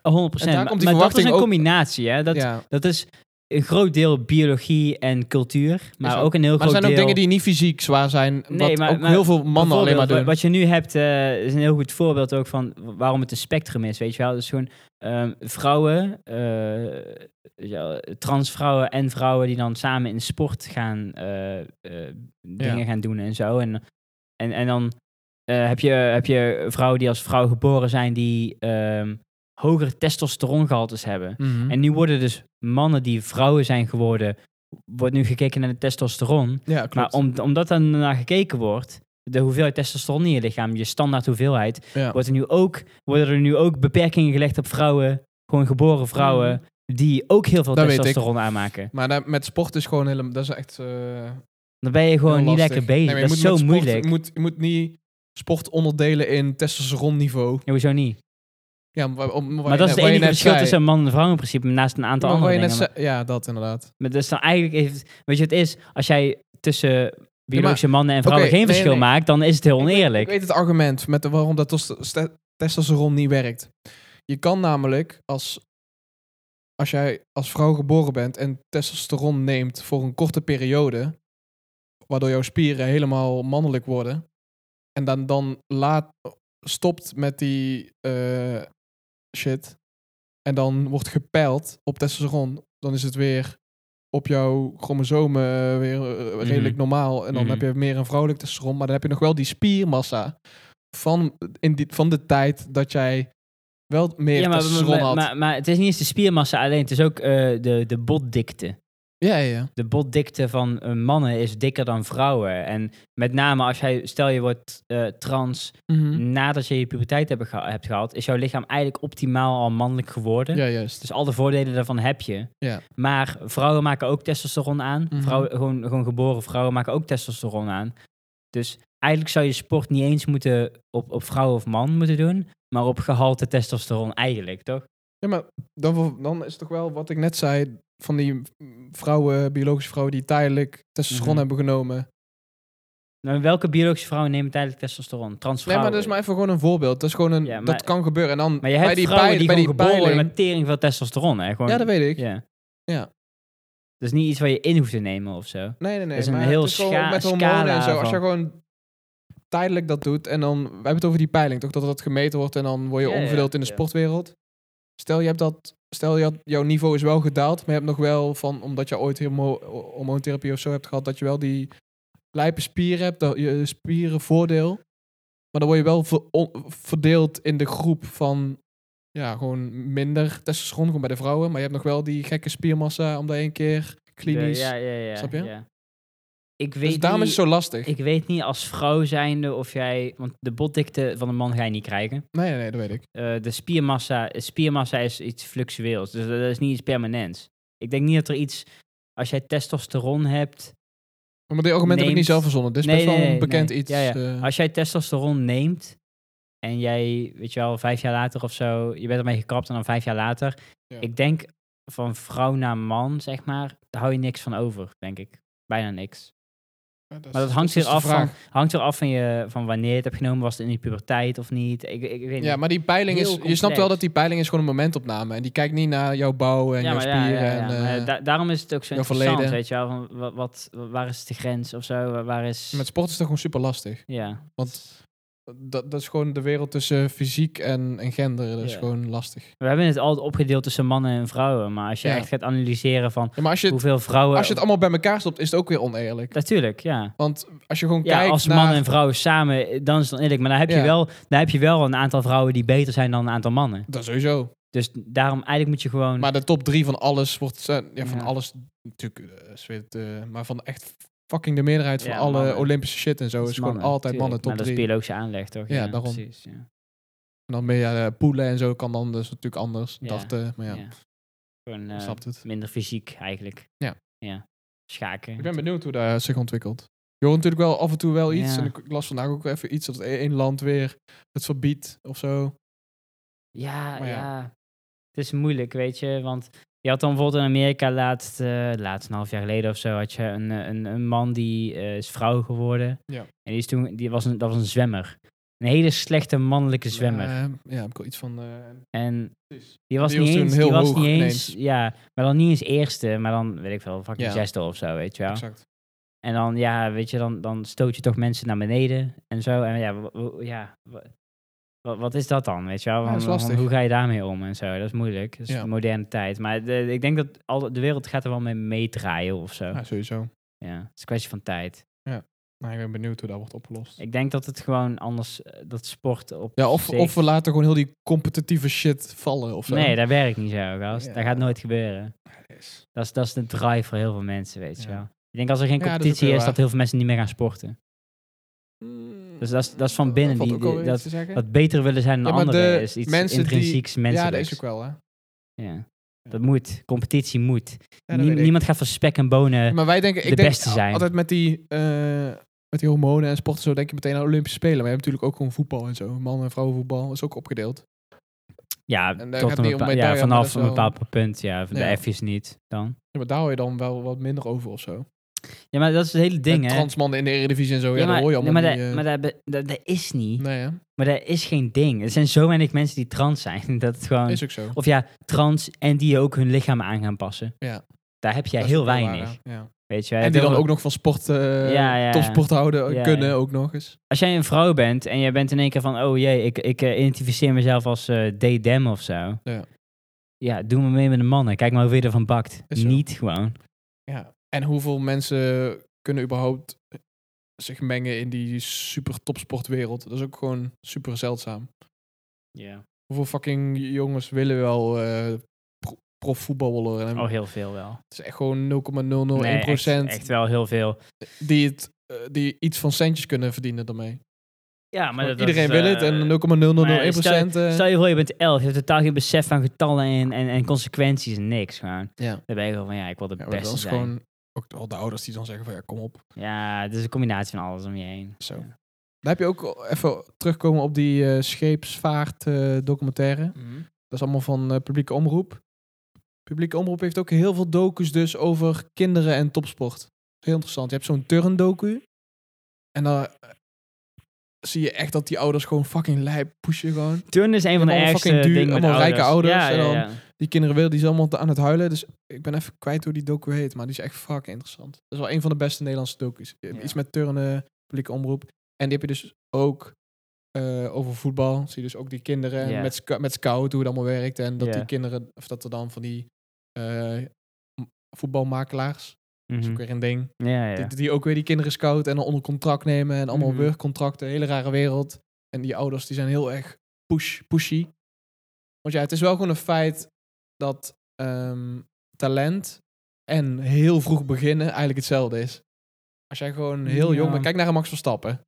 S1: En daar
S2: maar
S1: komt die
S2: maar dat is
S1: verwachting
S2: een
S1: ook-
S2: combinatie, hè. Dat,
S1: ja.
S2: dat is een groot deel biologie en cultuur. Maar
S1: ook.
S2: ook. een heel
S1: Maar er zijn
S2: groot deel...
S1: ook dingen die niet fysiek zwaar zijn,
S2: Nee,
S1: wat
S2: maar-
S1: ook
S2: maar
S1: heel veel mannen alleen maar
S2: Bijvoorbeeld,
S1: doen.
S2: wa- Wat je nu hebt eh, is een heel goed voorbeeld ook van wa- waarom het een spectrum is, weet je wel. Dus gewoon ehm, vrouwen, eh, ja, transvrouwen en vrouwen die dan samen in sport gaan eh, eh, dingen gaan doen en zo. En, en, en dan eh, heb, je, heb je vrouwen die als vrouw geboren zijn die ehm hogere testosterongehaltes hebben.
S1: Mhm.
S2: En nu worden dus mannen die vrouwen zijn geworden, wordt nu gekeken naar de testosteron.
S1: ja, klopt.
S2: Maar om, omdat er naar gekeken wordt, de hoeveelheid testosteron in je lichaam, je standaard hoeveelheid,
S1: ja.
S2: wordt er nu ook, worden er nu ook beperkingen gelegd op vrouwen, gewoon geboren vrouwen, die ook heel veel
S1: Mhm. Dat weet ik.
S2: testosteron aanmaken.
S1: Maar daar- met sport is gewoon helemaal, dat is echt eh, heel
S2: Dan ben je gewoon niet
S1: lastig.
S2: lekker bezig.
S1: Nee, maar je
S2: dat is
S1: moet
S2: zo
S1: met sport-
S2: moeilijk.
S1: Je moet, je moet niet sport onderdelen in testosteron niveau.
S2: Ja, hoezo niet?
S1: Ja, maar, om, waar
S2: maar
S1: je
S2: dat
S1: net-
S2: is het
S1: waar je
S2: enige
S1: net
S2: verschil
S1: zei.
S2: tussen man en vrouw in principe, naast een aantal
S1: Maar waar
S2: andere
S1: je
S2: dingen.
S1: net zei- Ja, dat inderdaad.
S2: Maar dat is dan eigenlijk, heeft- weet je wat het is? Als jij tussen biologische mannen en vrouwen
S1: oké,
S2: geen
S1: nee,
S2: verschil
S1: nee.
S2: maakt, dan is het heel
S1: Ik
S2: oneerlijk.
S1: weet het argument met de, waarom dat tos- ste- testosteron niet werkt. Je kan namelijk als, als jij als vrouw geboren bent en testosteron neemt voor een korte periode, waardoor jouw spieren helemaal mannelijk worden, en dan, dan laat, stopt met die eh, shit, en dan wordt gepeild op testosteron, dan is het weer op jouw chromosomen eh, weer eh, redelijk
S2: Mhm.
S1: normaal. En dan
S2: Mhm.
S1: heb je meer een vrouwelijk testosteron, maar dan heb je nog wel die spiermassa van, in die, van de tijd dat jij wel meer
S2: Ja, maar,
S1: testosteron
S2: maar,
S1: had.
S2: maar, maar het is niet eens de spiermassa alleen, het is ook eh, de, de botdikte.
S1: ja, ja, ja.
S2: de botdikte van eh, mannen is dikker dan vrouwen. En met name als jij, stel je wordt eh, trans
S1: Mhm.
S2: nadat je je puberteit hebt, geha- hebt gehad, is jouw lichaam eigenlijk optimaal al mannelijk geworden.
S1: Ja, juist.
S2: Dus al de voordelen daarvan heb je.
S1: Ja.
S2: Maar vrouwen maken ook testosteron aan.
S1: Mhm.
S2: vrouwen, gewoon, gewoon geboren vrouwen maken ook testosteron aan. Dus eigenlijk zou je sport niet eens moeten op, op vrouw of man moeten doen, maar op gehalte testosteron eigenlijk, toch?
S1: Ja, maar dan, vo- dan is toch wel wat ik net zei van die mm, vrouwen, biologische vrouwen die tijdelijk testosteron
S2: Mhm.
S1: hebben genomen.
S2: Nou, welke biologische vrouwen nemen tijdelijk testosteron?
S1: Nee,
S2: Transvrouwen.
S1: maar dat is maar even gewoon een voorbeeld. Dat is gewoon een,
S2: Ja, maar-
S1: dat kan gebeuren. En dan
S2: Maar je
S1: bij
S2: hebt
S1: die
S2: vrouwen
S1: peil-
S2: die
S1: bij
S2: gewoon geboren worden
S1: peiling-
S2: met tering veel testosteron. Hè? Gewoon,
S1: Ja, dat weet ik.
S2: Ja.
S1: Ja.
S2: Dat is niet iets waar je in hoeft te nemen of zo.
S1: Nee, nee, nee.
S2: Dat is een
S1: maar
S2: heel
S1: het is gewoon
S2: scha-
S1: met hormonen en
S2: scala
S1: zo. Als je
S2: van-
S1: gewoon tijdelijk dat doet en dan, we hebben het over die peiling, toch? Dat dat gemeten wordt en dan word je
S2: Ja, ja,
S1: omverdeeld in de
S2: ja.
S1: sportwereld. Stel, je hebt dat, stel je had, jouw niveau is wel gedaald, maar je hebt nog wel van, omdat je ooit hormo- hormoontherapie of zo hebt gehad, dat je wel die lijpe spieren hebt, dat je spieren voordeel. Maar dan word je wel ver- on- verdeeld in de groep van, ja, gewoon minder testosteron, gewoon bij de vrouwen. Maar je hebt nog wel die gekke spiermassa, omdat één keer klinisch.
S2: De- ja, ja, ja.
S1: Snap je?
S2: ja. Ik weet
S1: dus daarom
S2: niet,
S1: is het zo lastig.
S2: Ik weet niet als vrouw zijnde of jij... Want de botdikte van een man ga je niet krijgen.
S1: Nee, nee, nee, dat weet ik.
S2: Eh, de spiermassa, spiermassa is iets fluctueels. Dus dat is niet iets permanents. Ik denk niet dat er iets... Als jij testosteron hebt...
S1: Maar die argumenten heb ik niet zelf
S2: Neemt-
S1: verzonnen. Dit is
S2: Nee,
S1: best wel
S2: nee,
S1: een
S2: nee,
S1: bekend
S2: nee.
S1: iets.
S2: Ja, ja.
S1: eh,
S2: Als jij testosteron neemt... En jij, weet je wel, vijf jaar later of zo... Je bent ermee gekapt en dan vijf jaar later...
S1: Ja.
S2: Ik denk van vrouw naar man, zeg maar... Daar hou je niks van over, denk ik. Bijna niks.
S1: ja, is-
S2: Maar dat hangt
S1: is dus
S2: weer
S1: de
S2: af van,
S1: vraag.
S2: hangt weer af van, je, van wanneer je het hebt genomen. Was het in de puberteit of niet? Ik, ik, ik weet
S1: Ja,
S2: niet.
S1: maar die peiling
S2: Heel
S1: is... Je
S2: complex.
S1: snapt wel dat die peiling is gewoon een momentopname. En die kijkt niet naar jouw bouw en
S2: Ja,
S1: jouw
S2: maar ja,
S1: spieren.
S2: ja, ja,
S1: en,
S2: maar
S1: eh,
S2: da- daarom is het ook zo
S1: jouw
S2: interessant,
S1: verleden.
S2: weet je wel. Van, wa- wat, wa- waar is de grens of zo? Waar, waar is...
S1: Met sport is het gewoon super lastig.
S2: ja.
S1: Want dat, dat is gewoon de wereld tussen fysiek en, en gender. Dat is
S2: Ja.
S1: gewoon lastig.
S2: We hebben het altijd opgedeeld tussen mannen en vrouwen. Maar als je
S1: Ja.
S2: echt gaat analyseren van
S1: Ja, maar als je, het,
S2: hoeveel vrouwen...
S1: als je het allemaal bij elkaar stopt, is het ook weer oneerlijk.
S2: Natuurlijk, ja.
S1: Want als je gewoon
S2: Ja,
S1: kijkt
S2: als
S1: naar...
S2: mannen en vrouwen samen, eh, dan is het oneerlijk. Maar dan heb, je
S1: Ja.
S2: wel, dan heb je wel een aantal vrouwen die beter zijn dan een aantal mannen.
S1: Dat sowieso.
S2: Dus daarom, eigenlijk moet je gewoon...
S1: Maar de top drie van alles wordt... eh, Ja, van
S2: Mm. Ja.
S1: alles... Natuurlijk, eh, is weer het, eh, maar van echt fucking de meerderheid van
S2: Ja,
S1: alle
S2: mannen.
S1: Olympische shit en zo.
S2: dat
S1: Is,
S2: is
S1: gewoon
S2: mannen,
S1: altijd
S2: tuurlijk.
S1: mannen top
S2: Maar dat
S1: drie.
S2: is biologische aanleg, toch?
S1: Ja, daarom.
S2: Precies, ja.
S1: En dan meer ja, poelen en zo kan dan dus natuurlijk anders.
S2: Ja.
S1: Dachten, maar ja,
S2: Ja. Gewoon eh,
S1: snapt het.
S2: minder fysiek, eigenlijk.
S1: Ja.
S2: ja. Schaken.
S1: Ik ben benieuwd hoe dat zich ontwikkelt. Je hoort natuurlijk wel af en toe wel iets.
S2: Ja.
S1: En ik las vandaag ook even iets dat e- één land weer het verbiedt of zo.
S2: Ja,
S1: Maar
S2: ja,
S1: ja.
S2: Het is moeilijk, weet je. Want je had dan bijvoorbeeld in Amerika laatst, eh laatst een half jaar geleden of zo, had je een, eh, een, een man die eh, is vrouw geworden.
S1: Ja.
S2: En die, is toen, die was, een, dat was een zwemmer. Een hele slechte mannelijke zwemmer.
S1: Eh, ja, heb ik wel iets van... eh,
S2: en
S1: precies.
S2: die was
S1: Die
S2: niet
S1: was toen
S2: eens,
S1: heel
S2: die was
S1: hoog
S2: niet eens,
S1: ineens.
S2: ja, maar dan niet eens eerste, maar dan weet ik veel, fucking
S1: Ja.
S2: zesde of zo, weet je wel.
S1: Exact.
S2: En dan, ja, weet je, dan, dan stoot je toch mensen naar beneden en zo. En ja, wa- wa- ja wa- wa- wat is dat dan, weet je wel?
S1: Ja, dat is
S2: Van- van
S1: lastig.
S2: hoe ga je daarmee om en zo? Dat is moeilijk. Dat is
S1: Ja.
S2: de moderne tijd. Maar de- ik denk dat al, de wereld gaat er wel mee meedraaien of zo. Ja.
S1: Ja, sowieso.
S2: het is een kwestie van tijd.
S1: Maar ik ben benieuwd hoe dat wordt opgelost.
S2: Ik denk dat het gewoon anders, eh, dat sport op
S1: Ja, of,
S2: zich-
S1: of we laten gewoon heel die competitieve shit vallen of zo.
S2: Nee, dat werkt niet zo, gast.
S1: Ja.
S2: Dat gaat nooit gebeuren. Dat is, dat is de drive voor heel veel mensen, weet je
S1: Ja.
S2: wel. Ik denk als er geen
S1: Ja, dat is ook
S2: competitie
S1: weer
S2: is,
S1: waar.
S2: dat heel veel mensen niet meer gaan sporten.
S1: Mm,
S2: Dus dat is- dat is van binnen,
S1: valt
S2: die-
S1: ook alweer
S2: die-
S1: iets te zeggen.
S2: Dat beter willen zijn dan
S1: Ja, maar
S2: anderen
S1: de
S2: is iets
S1: mensen die-
S2: intrinsieks
S1: ja, dat
S2: menselijks.
S1: is ook wel, hè. Ja,
S2: Ja. Dat moet. Competitie moet.
S1: dat
S2: Nie-
S1: weet ik.
S2: niemand gaat van spek en bonen.
S1: Maar wij denken,
S2: de
S1: ik denk
S2: beste zijn.
S1: altijd met die, eh, met die hormonen en sporten zo denk je meteen aan Olympische Spelen. Maar je hebt natuurlijk ook gewoon voetbal en zo. Man- en vrouwenvoetbal is ook opgedeeld.
S2: ja,
S1: en daar
S2: tot
S1: gaat
S2: een
S1: niet om
S2: bepa-
S1: medaille,
S2: ja,
S1: maar dat
S2: vanaf
S1: is
S2: een
S1: wel-
S2: bepaald punt. Ja, van
S1: Ja.
S2: de F's niet dan.
S1: Ja, maar daar hoor je dan wel wat minder over of zo.
S2: Ja, maar dat is het hele ding,
S1: Met
S2: hè.
S1: Transmannen in de Eredivisie en zo. Ja,
S2: ja,
S1: daar
S2: maar,
S1: hoor je
S2: nee,
S1: allemaal
S2: maar,
S1: niet,
S2: dat,
S1: eh,
S2: maar dat, be- dat, dat is niet.
S1: Nee, hè?
S2: Maar dat is geen ding. Er zijn zo weinig mensen die trans zijn. Dat het gewoon...
S1: Is ook zo.
S2: Of ja, trans en die ook hun lichaam aan gaan passen.
S1: Ja.
S2: Daar heb je
S1: Dat is
S2: heel
S1: ook wel waar,
S2: weinig.
S1: hè? ja.
S2: weet je. wel.
S1: En die
S2: Heel
S1: dan
S2: veel-
S1: ook nog van sport, eh,
S2: Ja, ja.
S1: topsport houden
S2: Ja,
S1: kunnen
S2: ja.
S1: ook nog eens.
S2: als jij een vrouw bent en jij bent in één keer van, oh jee, ik, ik eh, identificeer mezelf als eh D-dem of zo.
S1: Ja.
S2: Ja, doe me mee met de mannen. Kijk maar hoeveel je ervan bakt.
S1: Is zo.
S2: Niet gewoon.
S1: Ja. En hoeveel mensen kunnen überhaupt eh, zich mengen in die super topsportwereld? Dat is ook gewoon super zeldzaam.
S2: Ja.
S1: Hoeveel fucking jongens willen wel eh pro- profvoetballer? En
S2: Oh, heel veel wel.
S1: Het is echt gewoon 0,001%
S2: Nee, echt- Echt, wel heel veel.
S1: die, het, eh, die iets van centjes kunnen verdienen daarmee.
S2: Ja, maar dat,
S1: Want Iedereen
S2: dat is,
S1: wil
S2: eh, maar
S1: het en 0,001%. eh,
S2: Stel je voor, je bent elf. Je hebt totaal geen besef van getallen en, en, en consequenties en niks gewoon.
S1: ja.
S2: Dan ben je gewoon van, ja, ik wil de
S1: ja, maar dat
S2: beste
S1: is
S2: zijn.
S1: gewoon ook al de ouders die dan zeggen van ja, kom op.
S2: Ja, het is een combinatie van alles om je heen.
S1: Zo.
S2: Ja.
S1: Dan heb je ook even terugkomen op die eh, scheepsvaart eh, documentaire.
S2: Mhm.
S1: Dat is allemaal van eh, publieke omroep. Publieke omroep heeft ook heel veel docus dus over kinderen en topsport. Heel interessant. Je hebt zo'n turndocu. En dan eh, zie je echt dat die ouders gewoon fucking lijp pushen gewoon.
S2: Turnen is een van de
S1: allemaal
S2: ergste
S1: fucking duur,
S2: dingen met
S1: allemaal rijke
S2: Ja,
S1: ouders en
S2: ja,
S1: dan-
S2: ja.
S1: Die kinderen willen, die zijn allemaal aan het huilen. Dus ik ben even kwijt hoe die docu heet, maar die is echt fucking interessant. Dat is wel een van de beste Nederlandse docu's. Je hebt
S2: Ja.
S1: Iets met turnen, publieke omroep. En die heb je dus ook eh, over voetbal. Zie je dus ook die kinderen
S2: Ja.
S1: met, sc- met scout, hoe het allemaal werkt. En dat
S2: Ja.
S1: die kinderen, of dat er dan van die eh, m- voetbalmakelaars, dat is ook
S2: Mhm.
S1: weer een ding,
S2: Ja, ja.
S1: die, die ook weer die kinderen scouten en dan onder contract nemen en allemaal
S2: Mhm.
S1: werkcontracten, hele rare wereld. En die ouders die zijn heel erg push, pushy. Want ja, het is wel gewoon een feit dat ehm, talent en heel vroeg beginnen eigenlijk hetzelfde is. Als jij gewoon heel jong
S2: Ja.
S1: bent, kijk naar een Max Verstappen.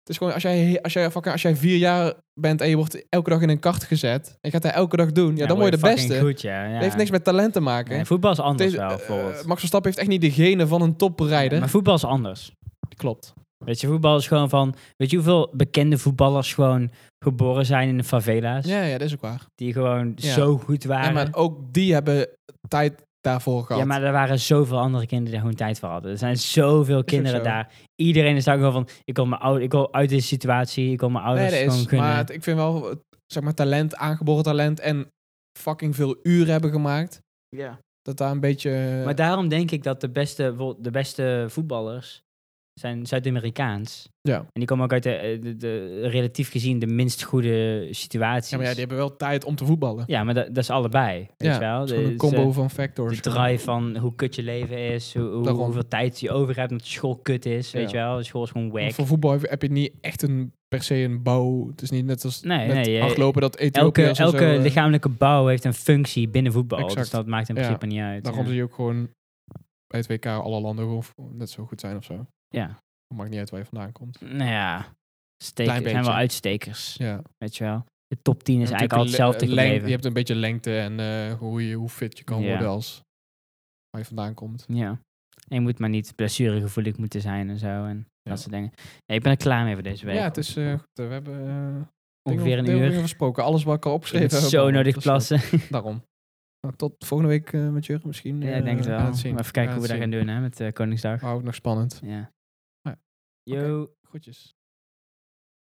S1: Het is gewoon, als jij, he- als, jij, fucking- als jij vier jaar bent en je wordt elke dag in een kart gezet en je gaat dat elke dag doen, ja, dan word je de
S2: fucking
S1: beste.
S2: Goed, ja, ja.
S1: Dat heeft niks met talent te maken.
S2: Nee, voetbal is anders
S1: Deze-
S2: wel,
S1: eh,
S2: bijvoorbeeld.
S1: Max Verstappen heeft echt niet de genen van een toprijder.
S2: maar voetbal is anders.
S1: Klopt.
S2: Weet je, voetbal is gewoon van... Weet je hoeveel bekende voetballers gewoon geboren zijn in de favela's?
S1: Ja, ja, dat is ook waar.
S2: Die gewoon
S1: Ja.
S2: zo goed
S1: Ja,
S2: waren.
S1: maar ook die hebben tijd daarvoor gehad.
S2: eh, Ja, maar er waren zoveel andere kinderen die gewoon tijd voor hadden. Er zijn zoveel
S1: ook
S2: kinderen
S1: zo.
S2: daar. Iedereen is daar gewoon van, ik wil, mijn oud, ik wil uit deze situatie, ik wil mijn
S1: nee,
S2: ouders
S1: dat
S2: gewoon
S1: is,
S2: kunnen.
S1: maar het- ik vind wel, eh, zeg maar, talent, aangeboren talent en fucking veel uren hebben gemaakt.
S2: Ja.
S1: Dat daar een beetje...
S2: Maar daarom denk ik dat de beste, bijvoorbeeld de beste voetballers zijn Zuid-Amerikaans.
S1: Ja.
S2: En die komen ook uit de, eh, de, de- relatief gezien de minst goede situaties.
S1: ja, maar ja, die hebben wel tijd om te voetballen.
S2: Ja, maar dat, dat is allebei, weet
S1: Ja,
S2: je wel.
S1: Het is gewoon een
S2: Dus, eh,
S1: combo van
S2: de
S1: factors.
S2: drive van hoe kut je leven is, hoe, hoe-
S1: Daarom.
S2: hoeveel tijd je over hebt, omdat school kut is, weet
S1: Ja.
S2: je wel. School is gewoon
S1: Want
S2: wack.
S1: Voor voetbal heb, heb je niet echt een, per se een bouw. Het is niet net als
S2: Nee,
S1: met
S2: nee, je-
S1: hardlopen dat
S2: Elke,
S1: Ethiopiërs en
S2: elke
S1: zo, eh,
S2: lichamelijke bouw heeft een functie binnen voetbal. Dus
S1: Exact.
S2: dat maakt in
S1: Ja,
S2: principe niet uit.
S1: Daarom
S2: ja.
S1: zie je ook gewoon bij het WK alle landen gewoon f- net zo goed zijn of zo.
S2: ja.
S1: Maakt niet uit waar je vandaan komt.
S2: Nou ja,
S1: Klein
S2: stekers zijn
S1: beetje.
S2: wel uitstekers.
S1: Ja.
S2: Weet je wel. De top 10 is
S1: Je hebt
S2: eigenlijk al
S1: natuurlijk
S2: hetzelfde
S1: le- leng-
S2: gebleven.
S1: Je hebt een beetje lengte en eh, hoe, je, hoe fit je kan
S2: Ja.
S1: worden als waar je vandaan komt.
S2: Ja. En je moet maar niet blessuregevoelig moeten zijn en zo. En
S1: Ja.
S2: dat soort dingen. Nee, ik ben er klaar mee voor deze week.
S1: Ja, het is eh, goed. eh, we hebben eh,
S2: Ongeveer
S1: dingen-
S2: een
S1: dingen
S2: uur.
S1: besproken. Alles wat ik al
S2: Ik
S1: opgeschreven
S2: heb
S1: heb.
S2: zo
S1: allemaal
S2: nodig
S1: opgeschreven.
S2: plassen.
S1: Daarom. Nou, tot volgende week eh, met Jurgen misschien.
S2: ja,
S1: eh,
S2: ik denk het
S1: we
S2: wel.
S1: gaan het zien.
S2: Maar even kijken
S1: gaan
S2: hoe we dat
S1: het
S2: gaan doen hè, met eh, Koningsdag.
S1: zien. Hou het nog spannend.
S2: Ja.
S1: Ja.
S2: Yo.
S1: Goedjes.